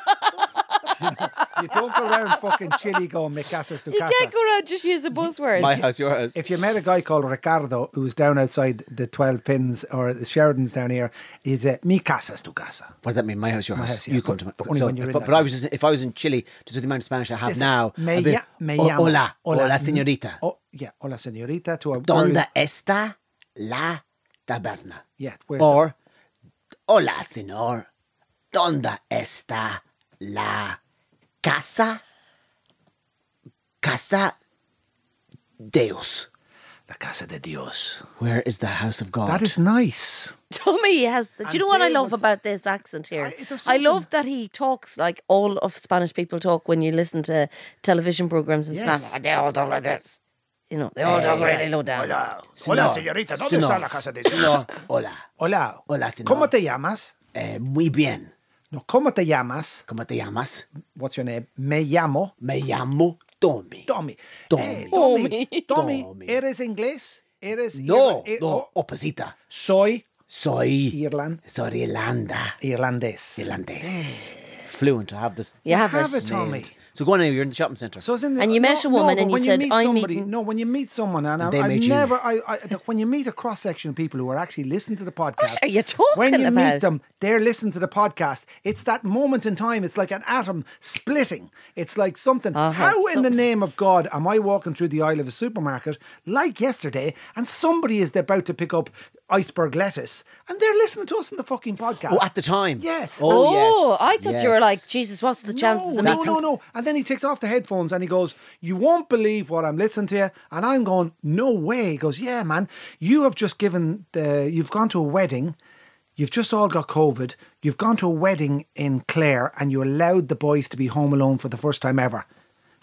[SPEAKER 6] You know, you don't go around fucking Chile going, mi casa es tu
[SPEAKER 5] You
[SPEAKER 6] casa.
[SPEAKER 5] can't go around just use the buzzword.
[SPEAKER 4] My house, your house.
[SPEAKER 6] If you met a guy called Ricardo who was down outside the 12 pins or the Sheridans down here, he'd say, mi casa es tu casa.
[SPEAKER 4] What does that mean? My house, your
[SPEAKER 6] My
[SPEAKER 4] house.
[SPEAKER 6] house, yeah,
[SPEAKER 4] you come
[SPEAKER 6] but
[SPEAKER 4] to my.
[SPEAKER 6] only when you're
[SPEAKER 4] if,
[SPEAKER 6] in
[SPEAKER 4] but
[SPEAKER 6] that
[SPEAKER 4] I
[SPEAKER 6] house.
[SPEAKER 4] was just, if I was in Chile, just with the amount of Spanish I have
[SPEAKER 6] Listen,
[SPEAKER 4] now.
[SPEAKER 6] me,
[SPEAKER 4] I'd be,
[SPEAKER 6] ya- me
[SPEAKER 4] "Oh,
[SPEAKER 6] llamo.
[SPEAKER 4] hola, hola,
[SPEAKER 6] mm,
[SPEAKER 4] señorita.
[SPEAKER 6] Oh, yeah, hola, señorita. To a
[SPEAKER 4] ¿Dónde está la taberna?
[SPEAKER 6] Yeah, where's
[SPEAKER 4] or, hola, señor. ¿Dónde está la casa? Casa Deus.
[SPEAKER 6] La casa de Dios.
[SPEAKER 4] Where is the house of God?
[SPEAKER 6] That is nice.
[SPEAKER 5] Tommy has. The, do you
[SPEAKER 6] And
[SPEAKER 5] know what I
[SPEAKER 6] they
[SPEAKER 5] love
[SPEAKER 6] would-
[SPEAKER 5] about this accent here?
[SPEAKER 6] I- there's
[SPEAKER 5] I, love
[SPEAKER 6] something-
[SPEAKER 5] that he talks like all of Spanish people talk when you listen to television programs in
[SPEAKER 6] Yes.
[SPEAKER 5] Spanish. They all talk like this. You know, they all talk really low down.
[SPEAKER 6] Hola,
[SPEAKER 4] Señor,
[SPEAKER 6] señorita, ¿dónde
[SPEAKER 4] señor,
[SPEAKER 6] está la casa de Dios?
[SPEAKER 4] señor, hola.
[SPEAKER 6] Hola.
[SPEAKER 4] Hola, señor.
[SPEAKER 6] ¿Cómo te llamas?
[SPEAKER 4] Eh, muy bien.
[SPEAKER 6] No, ¿cómo te llamas?
[SPEAKER 4] ¿Cómo te llamas?
[SPEAKER 6] What's your name? Me llamo
[SPEAKER 4] Me llamo Tommy.
[SPEAKER 6] Tommy.
[SPEAKER 4] Tommy.
[SPEAKER 6] Eh, Tommy. Tommy.
[SPEAKER 4] Tommy.
[SPEAKER 6] ¿eres inglés? ¿Eres
[SPEAKER 4] No,
[SPEAKER 6] irla- ir-
[SPEAKER 4] no,
[SPEAKER 6] oh,
[SPEAKER 4] oposita.
[SPEAKER 6] soy
[SPEAKER 4] Soy,
[SPEAKER 6] Irland,
[SPEAKER 4] soy Irlanda,
[SPEAKER 6] irlandés.
[SPEAKER 4] irlandés. Fluent, I have this.
[SPEAKER 5] You have
[SPEAKER 6] Eh, Have it,
[SPEAKER 5] it.
[SPEAKER 6] Tommy.
[SPEAKER 4] nailed. So go on, anyway, you're in the shopping centre.
[SPEAKER 6] So it's in the,
[SPEAKER 5] And you met a woman
[SPEAKER 6] but
[SPEAKER 5] and you
[SPEAKER 6] when
[SPEAKER 5] said,
[SPEAKER 6] meet
[SPEAKER 5] "I'm
[SPEAKER 6] somebody,
[SPEAKER 5] meeting-"
[SPEAKER 6] No, when you meet someone, and
[SPEAKER 4] they
[SPEAKER 6] I, I've
[SPEAKER 4] meet you.
[SPEAKER 6] never, I, I, look, when you meet a cross section of people who are actually listening to the podcast,
[SPEAKER 5] are you talking
[SPEAKER 6] When you
[SPEAKER 5] about?
[SPEAKER 6] meet them, they're listening to the podcast. It's that moment in time. It's like an atom splitting. It's like something.
[SPEAKER 5] Uh-huh.
[SPEAKER 6] How in the
[SPEAKER 5] Some-
[SPEAKER 6] name of God am I walking through the aisle of a supermarket like yesterday, and somebody is about to pick up iceberg lettuce, and they're listening to us in the fucking podcast?
[SPEAKER 4] Oh, at the time.
[SPEAKER 6] Yeah.
[SPEAKER 4] Oh,
[SPEAKER 5] Oh,
[SPEAKER 4] yes,
[SPEAKER 5] I thought you were
[SPEAKER 4] yes.
[SPEAKER 5] like Jesus. What's the chances? of
[SPEAKER 6] no,
[SPEAKER 5] me-
[SPEAKER 6] no, no, no. And then he takes off the headphones and he goes, You won't believe what I'm listening to. And I'm going, No way. He goes, Yeah, man, you have just given the, you've gone to a wedding. You've just all got COVID. You've gone to a wedding in Clare and you allowed the boys to be home alone for the first time ever.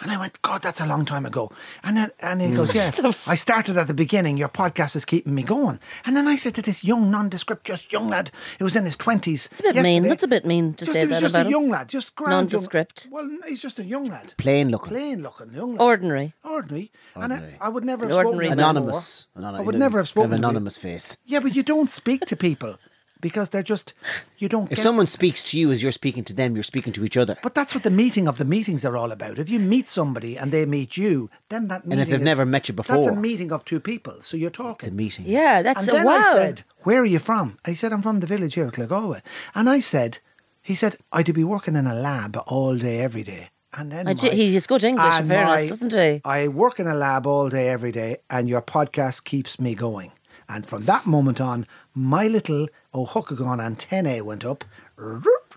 [SPEAKER 6] And I went, God, that's a long time ago. And then, and
[SPEAKER 5] Mm.
[SPEAKER 6] he goes, Yeah, I started at the beginning. Your podcast is keeping me going. And then I said to this young, nondescript, just young lad, who was in his 20s.
[SPEAKER 5] It's a bit mean. That's a bit mean to
[SPEAKER 6] just,
[SPEAKER 5] say
[SPEAKER 6] he was
[SPEAKER 5] that
[SPEAKER 6] just
[SPEAKER 5] about
[SPEAKER 6] a
[SPEAKER 5] him.
[SPEAKER 6] young lad, just grand young-
[SPEAKER 5] Nondescript.
[SPEAKER 6] well, n- he's just a young lad,
[SPEAKER 4] Plain looking.
[SPEAKER 6] plain looking young lad,
[SPEAKER 5] Ordinary.
[SPEAKER 6] ordinary. And I,
[SPEAKER 4] Ordinary.
[SPEAKER 6] I would never
[SPEAKER 5] An
[SPEAKER 6] have spoken
[SPEAKER 5] ordinary
[SPEAKER 6] to him
[SPEAKER 5] man.
[SPEAKER 4] Anonymous.
[SPEAKER 6] before.
[SPEAKER 4] Anony-
[SPEAKER 6] I would
[SPEAKER 4] you know,
[SPEAKER 6] never have spoken.
[SPEAKER 4] Kind of
[SPEAKER 6] to him.
[SPEAKER 4] anonymous face.
[SPEAKER 6] Yeah, but you don't speak to people because they're just you don't.
[SPEAKER 4] If
[SPEAKER 6] get,
[SPEAKER 4] someone speaks to you as you're speaking to them, you're speaking to each other.
[SPEAKER 6] but that's what the meeting of the meetings are all about. If you meet somebody and they meet you, then that meeting
[SPEAKER 4] if they've
[SPEAKER 6] is-
[SPEAKER 4] never met you
[SPEAKER 6] that's
[SPEAKER 4] before.
[SPEAKER 6] a meeting of two people. So you're talking.
[SPEAKER 4] the meeting.
[SPEAKER 5] Yeah, that's
[SPEAKER 6] and
[SPEAKER 5] a
[SPEAKER 6] then
[SPEAKER 5] wow.
[SPEAKER 6] I said, "Where are you from?" I said, "I'm from the village here, Clagowa." And I said, "He said I'd be working in a lab all day, every day." And then
[SPEAKER 5] I do-
[SPEAKER 6] my-
[SPEAKER 5] he has good English, in
[SPEAKER 6] and
[SPEAKER 5] fairness,
[SPEAKER 6] my-
[SPEAKER 5] doesn't he?
[SPEAKER 6] I work in a lab all day, every day, and your podcast keeps me going. And from that moment on, my little Ohokagon antennae went up roop,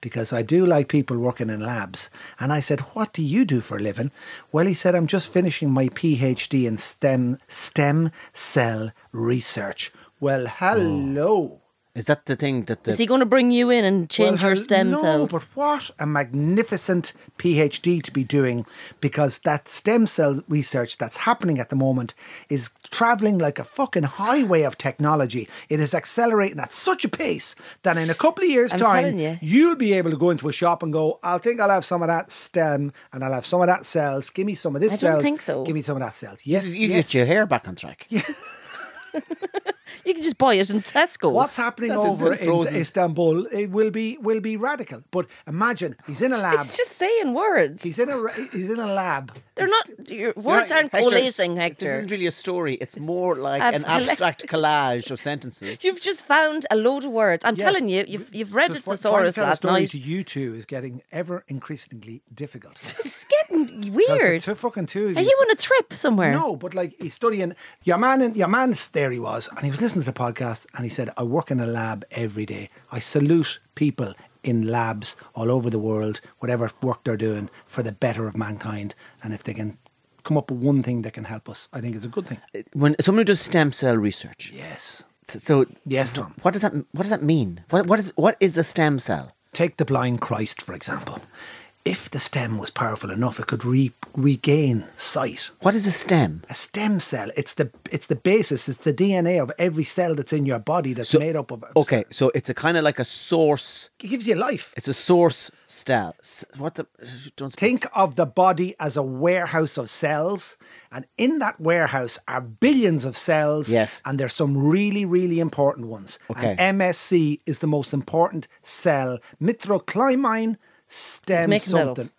[SPEAKER 6] because I do like people working in labs. And I said, What do you do for a living? Well, he said, I'm just finishing my PhD in STEM, stem cell research. Well, hello.
[SPEAKER 4] Is that the thing that the
[SPEAKER 5] Is he going to bring you in and change
[SPEAKER 6] Well,
[SPEAKER 5] your
[SPEAKER 6] hell-
[SPEAKER 5] stem
[SPEAKER 6] no,
[SPEAKER 5] cells?
[SPEAKER 6] but what a magnificent PhD to be doing because that stem cell research that's happening at the moment is traveling like a fucking highway of technology. It is accelerating at such a pace that in a couple of years'
[SPEAKER 5] I'm
[SPEAKER 6] time,
[SPEAKER 5] telling you.
[SPEAKER 6] will be able to go into a shop and go, I think I'll have some of that stem and I'll have some of that cells. Give me some of this
[SPEAKER 5] I don't
[SPEAKER 6] cells.
[SPEAKER 5] think so.
[SPEAKER 6] Give me some of that cells. Yes.
[SPEAKER 4] you
[SPEAKER 6] yes.
[SPEAKER 4] get your hair back on track?
[SPEAKER 5] you can just buy it in Tesco.
[SPEAKER 6] What's happening
[SPEAKER 4] That's a
[SPEAKER 6] over
[SPEAKER 4] bit
[SPEAKER 6] in
[SPEAKER 4] frozen.
[SPEAKER 6] Istanbul it will be will be radical. But imagine he's in a lab.
[SPEAKER 5] It's just saying words.
[SPEAKER 6] He's in a ra- he's in a lab.
[SPEAKER 5] They're
[SPEAKER 6] He's-
[SPEAKER 5] not. Your words aren't collating,
[SPEAKER 4] This
[SPEAKER 5] Hector.
[SPEAKER 4] isn't really a story. It's more like
[SPEAKER 5] I've
[SPEAKER 4] an
[SPEAKER 5] colla-
[SPEAKER 4] abstract collage of sentences.
[SPEAKER 5] You've just found a load of words. I'm
[SPEAKER 6] Yes.
[SPEAKER 5] telling you, you've you've read a
[SPEAKER 6] Just what- trying to
[SPEAKER 5] thesaurus
[SPEAKER 6] tell a
[SPEAKER 5] last
[SPEAKER 6] story
[SPEAKER 5] night.
[SPEAKER 6] To you two is getting ever increasingly difficult.
[SPEAKER 5] It's getting
[SPEAKER 6] 'Cause the
[SPEAKER 5] weird.
[SPEAKER 6] two- fucking two of
[SPEAKER 5] Are you on a trip somewhere?
[SPEAKER 6] No, but like he's studying your man. In, your man's there he was, and he was listening to the podcast, and he said, "I work in a lab every day. I salute people in labs all over the world, whatever work they're doing for the better of mankind. And if they can come up with one thing that can help us, I think it's a good thing."
[SPEAKER 4] when someone who does stem cell research.
[SPEAKER 6] Yes.
[SPEAKER 4] So
[SPEAKER 6] Yes, Tom.
[SPEAKER 4] What does that What does that mean? What What is What is a stem cell?
[SPEAKER 6] Take the blind Christ, for example. If the stem was powerful enough, it could re- regain sight.
[SPEAKER 4] What is a stem?
[SPEAKER 6] A stem cell, it's the it's the basis, it's the DNA of every cell that's in your body that's
[SPEAKER 4] So-
[SPEAKER 6] made up of.
[SPEAKER 4] Okay, so it's a kind of like a source.
[SPEAKER 6] It gives you life.
[SPEAKER 4] It's a source cell. S- What the? Don't speak.
[SPEAKER 6] Think of the body as a warehouse of cells, and in that warehouse are billions of cells.
[SPEAKER 4] Yes.
[SPEAKER 6] And there's some really, really important ones.
[SPEAKER 4] Okay.
[SPEAKER 6] And MSC is the most important cell. Mithoclymine stem
[SPEAKER 5] making that up.
[SPEAKER 6] something.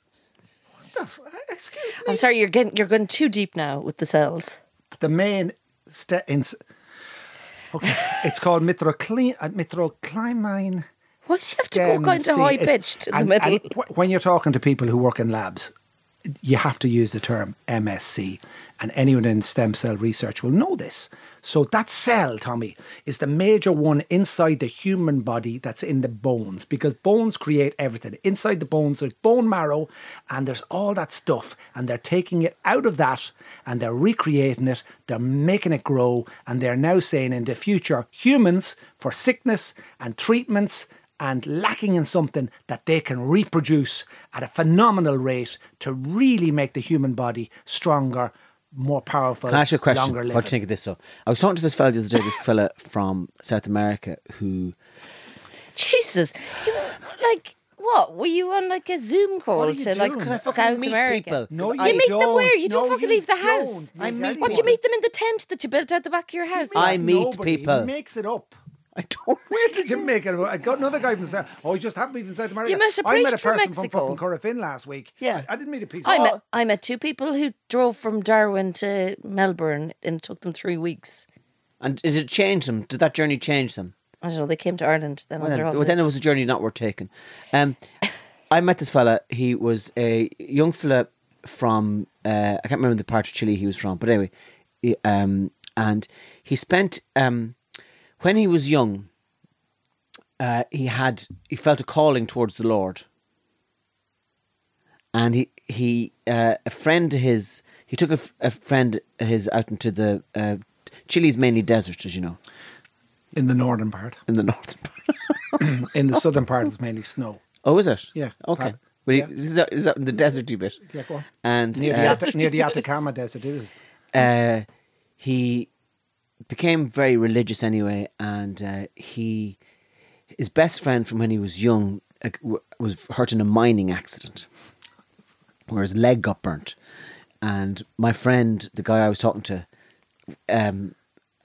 [SPEAKER 5] I'm sorry, you're getting you're going too deep now with the cells.
[SPEAKER 6] the main st- ins- okay it's called mithrocli- uh, mithroclimine
[SPEAKER 5] Why do you have to go kind of
[SPEAKER 6] stem
[SPEAKER 5] high
[SPEAKER 6] seed. It's-
[SPEAKER 5] pitched in the
[SPEAKER 6] and-
[SPEAKER 5] middle?
[SPEAKER 6] and wh- when you're talking to people who work in labs you have to use the term MSC, and anyone in stem cell research will know this. So, that cell, Tommy, is the major one inside the human body that's in the bones because bones create everything. Inside the bones, there's bone marrow and there's all that stuff, and they're taking it out of that and they're recreating it, they're making it grow, and they're now saying in the future, humans for sickness and treatments and lacking in something that they can reproduce at a phenomenal rate to really make the human body stronger, more powerful,
[SPEAKER 4] Can I ask you a question?
[SPEAKER 6] longer
[SPEAKER 4] What do
[SPEAKER 6] living.
[SPEAKER 4] you think of this? So I was talking to this fella the other day. This fella from South America who
[SPEAKER 5] Jesus, you like what? Were you on like a Zoom call
[SPEAKER 6] you
[SPEAKER 5] to like
[SPEAKER 6] doing? 'Cause I
[SPEAKER 5] South
[SPEAKER 4] fucking meet
[SPEAKER 5] America?
[SPEAKER 4] people.
[SPEAKER 6] No,
[SPEAKER 5] you
[SPEAKER 6] you
[SPEAKER 5] meet them
[SPEAKER 6] don't.
[SPEAKER 5] where? You
[SPEAKER 6] No,
[SPEAKER 5] don't fucking
[SPEAKER 6] you
[SPEAKER 5] leave the
[SPEAKER 6] don't.
[SPEAKER 5] house.
[SPEAKER 6] I meet
[SPEAKER 5] What do you
[SPEAKER 6] people.
[SPEAKER 5] meet them in the tent that you built out the back of your house?
[SPEAKER 4] I meet
[SPEAKER 6] Nobody
[SPEAKER 4] people.
[SPEAKER 6] makes it up.
[SPEAKER 4] I don't.
[SPEAKER 6] Where did you make it? up? I got another guy from South. Oh, he just happened to be from South America.
[SPEAKER 5] You met a
[SPEAKER 6] I met a
[SPEAKER 5] priest from
[SPEAKER 6] person from,
[SPEAKER 5] Mexico.
[SPEAKER 6] fucking Corrifin last week.
[SPEAKER 5] Yeah.
[SPEAKER 6] I, I didn't meet a piece.
[SPEAKER 5] I
[SPEAKER 6] of
[SPEAKER 5] met I met two people who drove from Darwin to Melbourne and it took them three weeks.
[SPEAKER 4] And did it change them? Did that journey change them?
[SPEAKER 5] I don't know. They came to Ireland then. on
[SPEAKER 4] Well,
[SPEAKER 5] their
[SPEAKER 4] then, well,
[SPEAKER 5] holidays.
[SPEAKER 4] then it was a journey not worth taking. Um, I met this fella. He was a young fella from uh, I can't remember the part of Chile he was from, but anyway, he- um, and he spent um, when he was young. Uh, he had he felt a calling towards the Lord, and he he uh, a friend of his he took a, f- a friend of his out into the uh, Chile's mainly desert, as you know,
[SPEAKER 6] in the northern part.
[SPEAKER 4] in the northern part.
[SPEAKER 6] In the southern part, it's mainly snow.
[SPEAKER 4] Oh, is it?
[SPEAKER 6] Yeah,
[SPEAKER 4] Okay.
[SPEAKER 6] part-
[SPEAKER 4] Well,
[SPEAKER 6] yeah.
[SPEAKER 4] he- Is, that, is that in the deserty bit?
[SPEAKER 6] Yeah, go on.
[SPEAKER 4] And
[SPEAKER 6] Near, the,
[SPEAKER 4] uh,
[SPEAKER 6] Ata- near the Atacama Desert, is it?
[SPEAKER 4] uh, he became very religious anyway, and uh, he his best friend from when he was young uh, w- was hurt in a mining accident where his leg got burnt. And my friend, the guy I was talking to, um,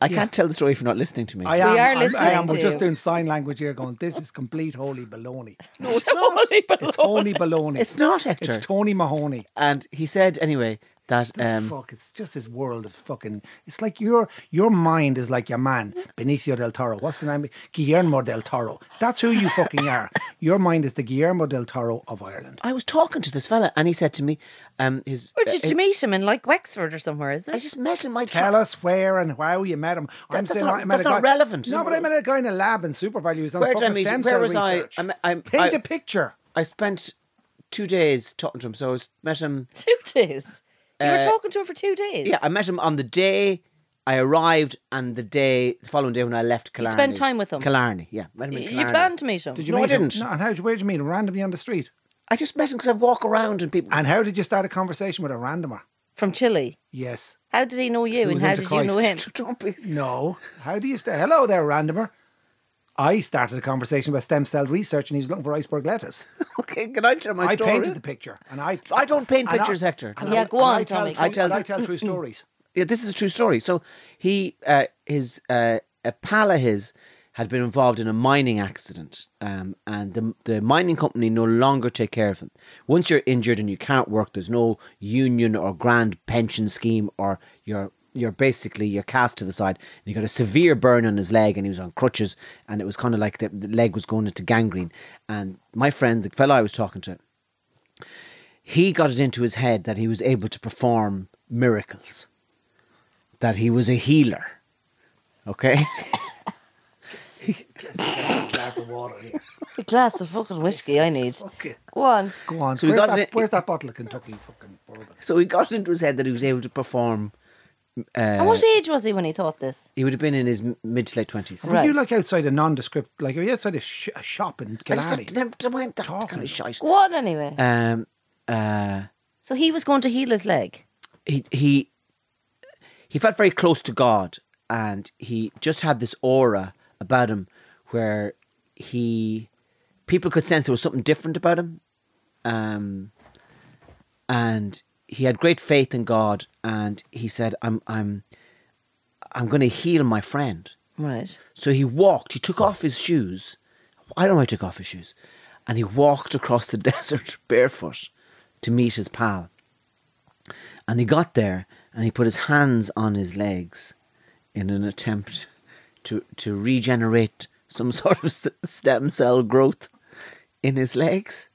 [SPEAKER 4] I can't tell the story if you're not listening to me.
[SPEAKER 6] I am.
[SPEAKER 5] are
[SPEAKER 6] I'm- I am.
[SPEAKER 5] listening
[SPEAKER 6] We're
[SPEAKER 5] to
[SPEAKER 6] just
[SPEAKER 5] you.
[SPEAKER 6] doing sign language here, going, this is complete holy baloney.
[SPEAKER 5] No, it's not.
[SPEAKER 6] It's Tony Baloney.
[SPEAKER 4] It's not, Hector.
[SPEAKER 6] It's Tony Mahoney.
[SPEAKER 4] and he said anyway that um,
[SPEAKER 6] Fuck, it's just this world of fucking. It's like your your mind is like your man Benicio del Toro. What's the name? Guillermo del Toro. That's who you fucking are. Your mind is the Guillermo del Toro of Ireland.
[SPEAKER 4] I was talking to this fella and he said to me, um, his
[SPEAKER 5] Where
[SPEAKER 4] uh,
[SPEAKER 5] did
[SPEAKER 4] his-
[SPEAKER 5] you meet him in like Wexford or somewhere? Is it?
[SPEAKER 4] I just met him. My
[SPEAKER 6] Tell us where and how you met him. I'm
[SPEAKER 4] that's
[SPEAKER 6] saying
[SPEAKER 4] not-
[SPEAKER 6] I met
[SPEAKER 4] that's
[SPEAKER 6] a guy,
[SPEAKER 4] not relevant.
[SPEAKER 6] No, but I met a guy in a lab in Super Values on
[SPEAKER 4] Where did I
[SPEAKER 6] fucking
[SPEAKER 4] meet
[SPEAKER 6] stem
[SPEAKER 4] him? Where
[SPEAKER 6] cell
[SPEAKER 4] was I?
[SPEAKER 6] research.
[SPEAKER 4] I'm- I'm-
[SPEAKER 6] Paint
[SPEAKER 4] I-
[SPEAKER 6] a picture.
[SPEAKER 4] I spent two days talking to him. So I was, met him.
[SPEAKER 5] two days. You were talking to him for two days.
[SPEAKER 4] Uh, Yeah, I met him on the day I arrived and the day the following day when I left Killarney.
[SPEAKER 5] spent time with him?
[SPEAKER 4] Killarney, yeah. Met him in
[SPEAKER 5] you
[SPEAKER 4] Killarney.
[SPEAKER 5] planned to meet him.
[SPEAKER 6] Did you
[SPEAKER 4] No, I
[SPEAKER 6] meet him?
[SPEAKER 4] didn't.
[SPEAKER 6] No, and how? did you- Where did you meet him? Randomly on the street.
[SPEAKER 4] I just met him because I walk around and people.
[SPEAKER 6] And how did you start a conversation with a randomer?
[SPEAKER 5] from Chile?
[SPEAKER 6] Yes.
[SPEAKER 5] How did he know you,
[SPEAKER 6] He
[SPEAKER 5] and
[SPEAKER 6] was
[SPEAKER 5] how
[SPEAKER 6] into
[SPEAKER 5] did you know him?
[SPEAKER 6] Christ. Don't be- No. How do you stay? Hello there, randomer. I started a conversation about stem cell research, and he was looking for iceberg lettuce.
[SPEAKER 4] okay, can I tell my
[SPEAKER 6] I
[SPEAKER 4] story?
[SPEAKER 6] painted the picture, and I
[SPEAKER 4] I don't paint
[SPEAKER 6] and I-
[SPEAKER 4] pictures, Hector.
[SPEAKER 6] and
[SPEAKER 5] Yeah,
[SPEAKER 6] I-
[SPEAKER 5] go
[SPEAKER 6] and
[SPEAKER 5] on,
[SPEAKER 6] I tell
[SPEAKER 5] Tommy.
[SPEAKER 6] true-
[SPEAKER 4] I tell-
[SPEAKER 6] and I tell true stories.
[SPEAKER 4] yeah, this is a true story. So he, uh, his, uh, a pal of his had been involved in a mining accident, um, and the the mining company no longer take care of him. Once you're injured and you can't work, there's no union or grand pension scheme, or you're you're basically you're cast to the side. And he got a severe burn on his leg, and he was on crutches, and it was kind of like the, the leg was going into gangrene. And my friend, the fellow I was talking to, he got it into his head that he was able to perform miracles, that he was a healer. Okay?
[SPEAKER 6] Glass of water here.
[SPEAKER 5] A glass of fucking whiskey I need.
[SPEAKER 6] Okay.
[SPEAKER 5] Go on.
[SPEAKER 6] Go on.
[SPEAKER 4] So we got
[SPEAKER 6] where's, that,
[SPEAKER 4] it-
[SPEAKER 6] where's that bottle of Kentucky fucking bourbon?
[SPEAKER 4] so he got it into his head that he was able to perform.
[SPEAKER 5] and
[SPEAKER 4] Uh,
[SPEAKER 5] what age was he when he thought this?
[SPEAKER 4] He would have been in his m- mid to late 20s.
[SPEAKER 6] Were you like outside a nondescript, like are you outside a, sh- a shop
[SPEAKER 4] I
[SPEAKER 6] in
[SPEAKER 4] just got
[SPEAKER 6] Killarney?
[SPEAKER 4] to never to mind that kind
[SPEAKER 6] Talking.
[SPEAKER 4] of shite.
[SPEAKER 5] Go on anyway.
[SPEAKER 4] Um, uh,
[SPEAKER 5] so he was going to heal his leg.
[SPEAKER 4] he, he, he felt very close to God and he just had this aura about him where he, people could sense there was something different about him. Um, and he had great faith in God, and he said, "I'm, I'm, I'm going to heal my friend."
[SPEAKER 5] Right.
[SPEAKER 4] So he walked. He took off his shoes. I don't know. How he took off his shoes, and he walked across the desert barefoot to meet his pal. And he got there, and he put his hands on his legs in an attempt to to regenerate some sort of s- stem cell growth in his legs,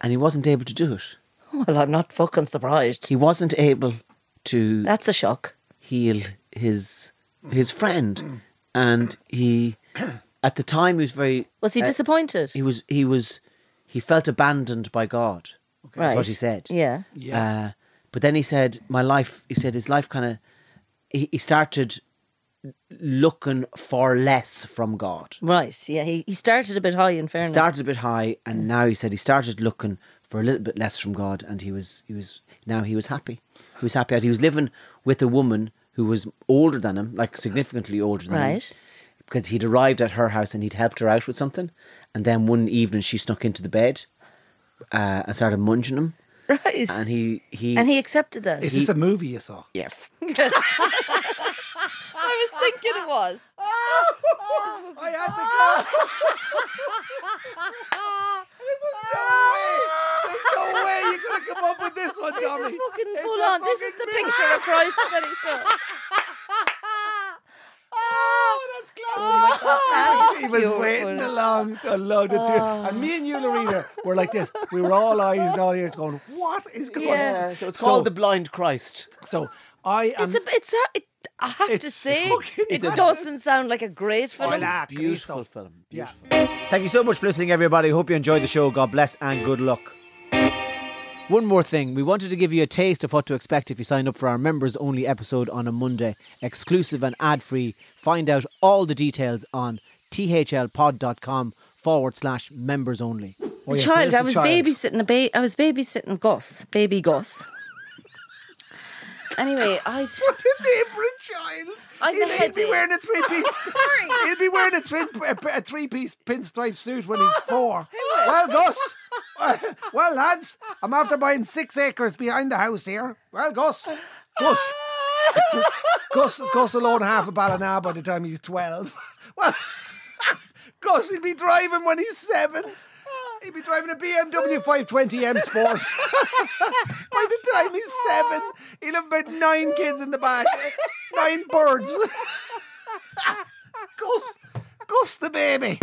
[SPEAKER 4] and he wasn't able to do it
[SPEAKER 5] Well, I'm not fucking surprised.
[SPEAKER 4] he wasn't able to
[SPEAKER 5] That's a shock.
[SPEAKER 4] heal his his friend, and he at the time he was very
[SPEAKER 5] Was he
[SPEAKER 4] uh,
[SPEAKER 5] disappointed?
[SPEAKER 4] he was he was he felt abandoned by God. Okay. That's
[SPEAKER 5] Right.
[SPEAKER 4] what he said.
[SPEAKER 5] Yeah.
[SPEAKER 4] Uh, but then he said, "My life." He said his life kind of. He, he started looking for less from God.
[SPEAKER 5] Right. Yeah. He, he started a bit high in
[SPEAKER 4] He
[SPEAKER 5] fairness.
[SPEAKER 4] started a bit high, and now he said he started looking for a little bit less from God, and he was he was now he was happy. He was happy. out. He was living with a woman who was older than him, like significantly older than him,
[SPEAKER 5] Right.
[SPEAKER 4] because he'd arrived at her house and he'd helped her out with something, and then one evening she snuck into the bed uh, and started munging him,
[SPEAKER 5] Right.
[SPEAKER 4] and he he
[SPEAKER 5] and he accepted that.
[SPEAKER 6] Is this a movie you saw?
[SPEAKER 4] yes.
[SPEAKER 5] I was thinking it was.
[SPEAKER 6] I had to go. this is no way. There's no way you could have come up with this one,
[SPEAKER 5] This
[SPEAKER 6] Tommy.
[SPEAKER 5] is fucking
[SPEAKER 6] It's
[SPEAKER 5] full
[SPEAKER 6] a
[SPEAKER 5] on. This is
[SPEAKER 6] fucking
[SPEAKER 5] the
[SPEAKER 6] movie.
[SPEAKER 5] picture of Christ that he saw.
[SPEAKER 6] Oh, that's classic. he was
[SPEAKER 5] You're
[SPEAKER 6] waiting
[SPEAKER 5] full. Oh.
[SPEAKER 6] along along the two, and me and you, Lorena, were like this. We were all eyes and all ears, going, "What is going
[SPEAKER 5] Yeah.
[SPEAKER 6] on?"
[SPEAKER 4] So it's
[SPEAKER 6] So-
[SPEAKER 4] called the blind Christ.
[SPEAKER 6] So I am.
[SPEAKER 5] It's a, it's a, it, I have to
[SPEAKER 6] It's
[SPEAKER 5] say,
[SPEAKER 6] fucking
[SPEAKER 5] it
[SPEAKER 6] madness.
[SPEAKER 5] doesn't sound like a great film.
[SPEAKER 6] Hola, Cristo.
[SPEAKER 4] Beautiful film.
[SPEAKER 6] Yeah.
[SPEAKER 4] Beautiful. Thank you so much for listening, everybody. Hope you enjoyed the show. God bless and good luck. One more thing, we wanted to give you a taste of what to expect if you sign up for our members only episode on a Monday, exclusive and ad free. Find out all the details on thlpod.com forward slash members only.
[SPEAKER 6] Oh, yeah,
[SPEAKER 5] child,
[SPEAKER 6] here's
[SPEAKER 5] I
[SPEAKER 6] the
[SPEAKER 5] was
[SPEAKER 6] child.
[SPEAKER 5] babysitting a ba- I was babysitting Gus, baby Gus. anyway, I
[SPEAKER 6] What
[SPEAKER 5] just
[SPEAKER 6] a neighbouring child!
[SPEAKER 5] I've
[SPEAKER 6] he'll,
[SPEAKER 5] a
[SPEAKER 6] he'll be
[SPEAKER 5] headache.
[SPEAKER 6] wearing a three piece.
[SPEAKER 5] Sorry.
[SPEAKER 6] He'll be wearing a three a, a three piece pinstripe suit when he's four. well, Gus. Well, lads, I'm after buying six acres behind the house here. Well, Gus, Gus, Gus, Gus will own half a ballina by the time he's twelve. Well, Gus, he'll be driving when he's seven. He'd be driving a BMW 520 M Sport. By the time he's seven, he'll have about nine kids in the back, nine birds. Gus, Gus the baby.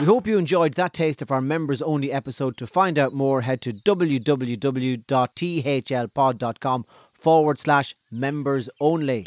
[SPEAKER 4] We hope you enjoyed that taste of our members only episode. To find out more, head to www.thlpod.com forward slash members only.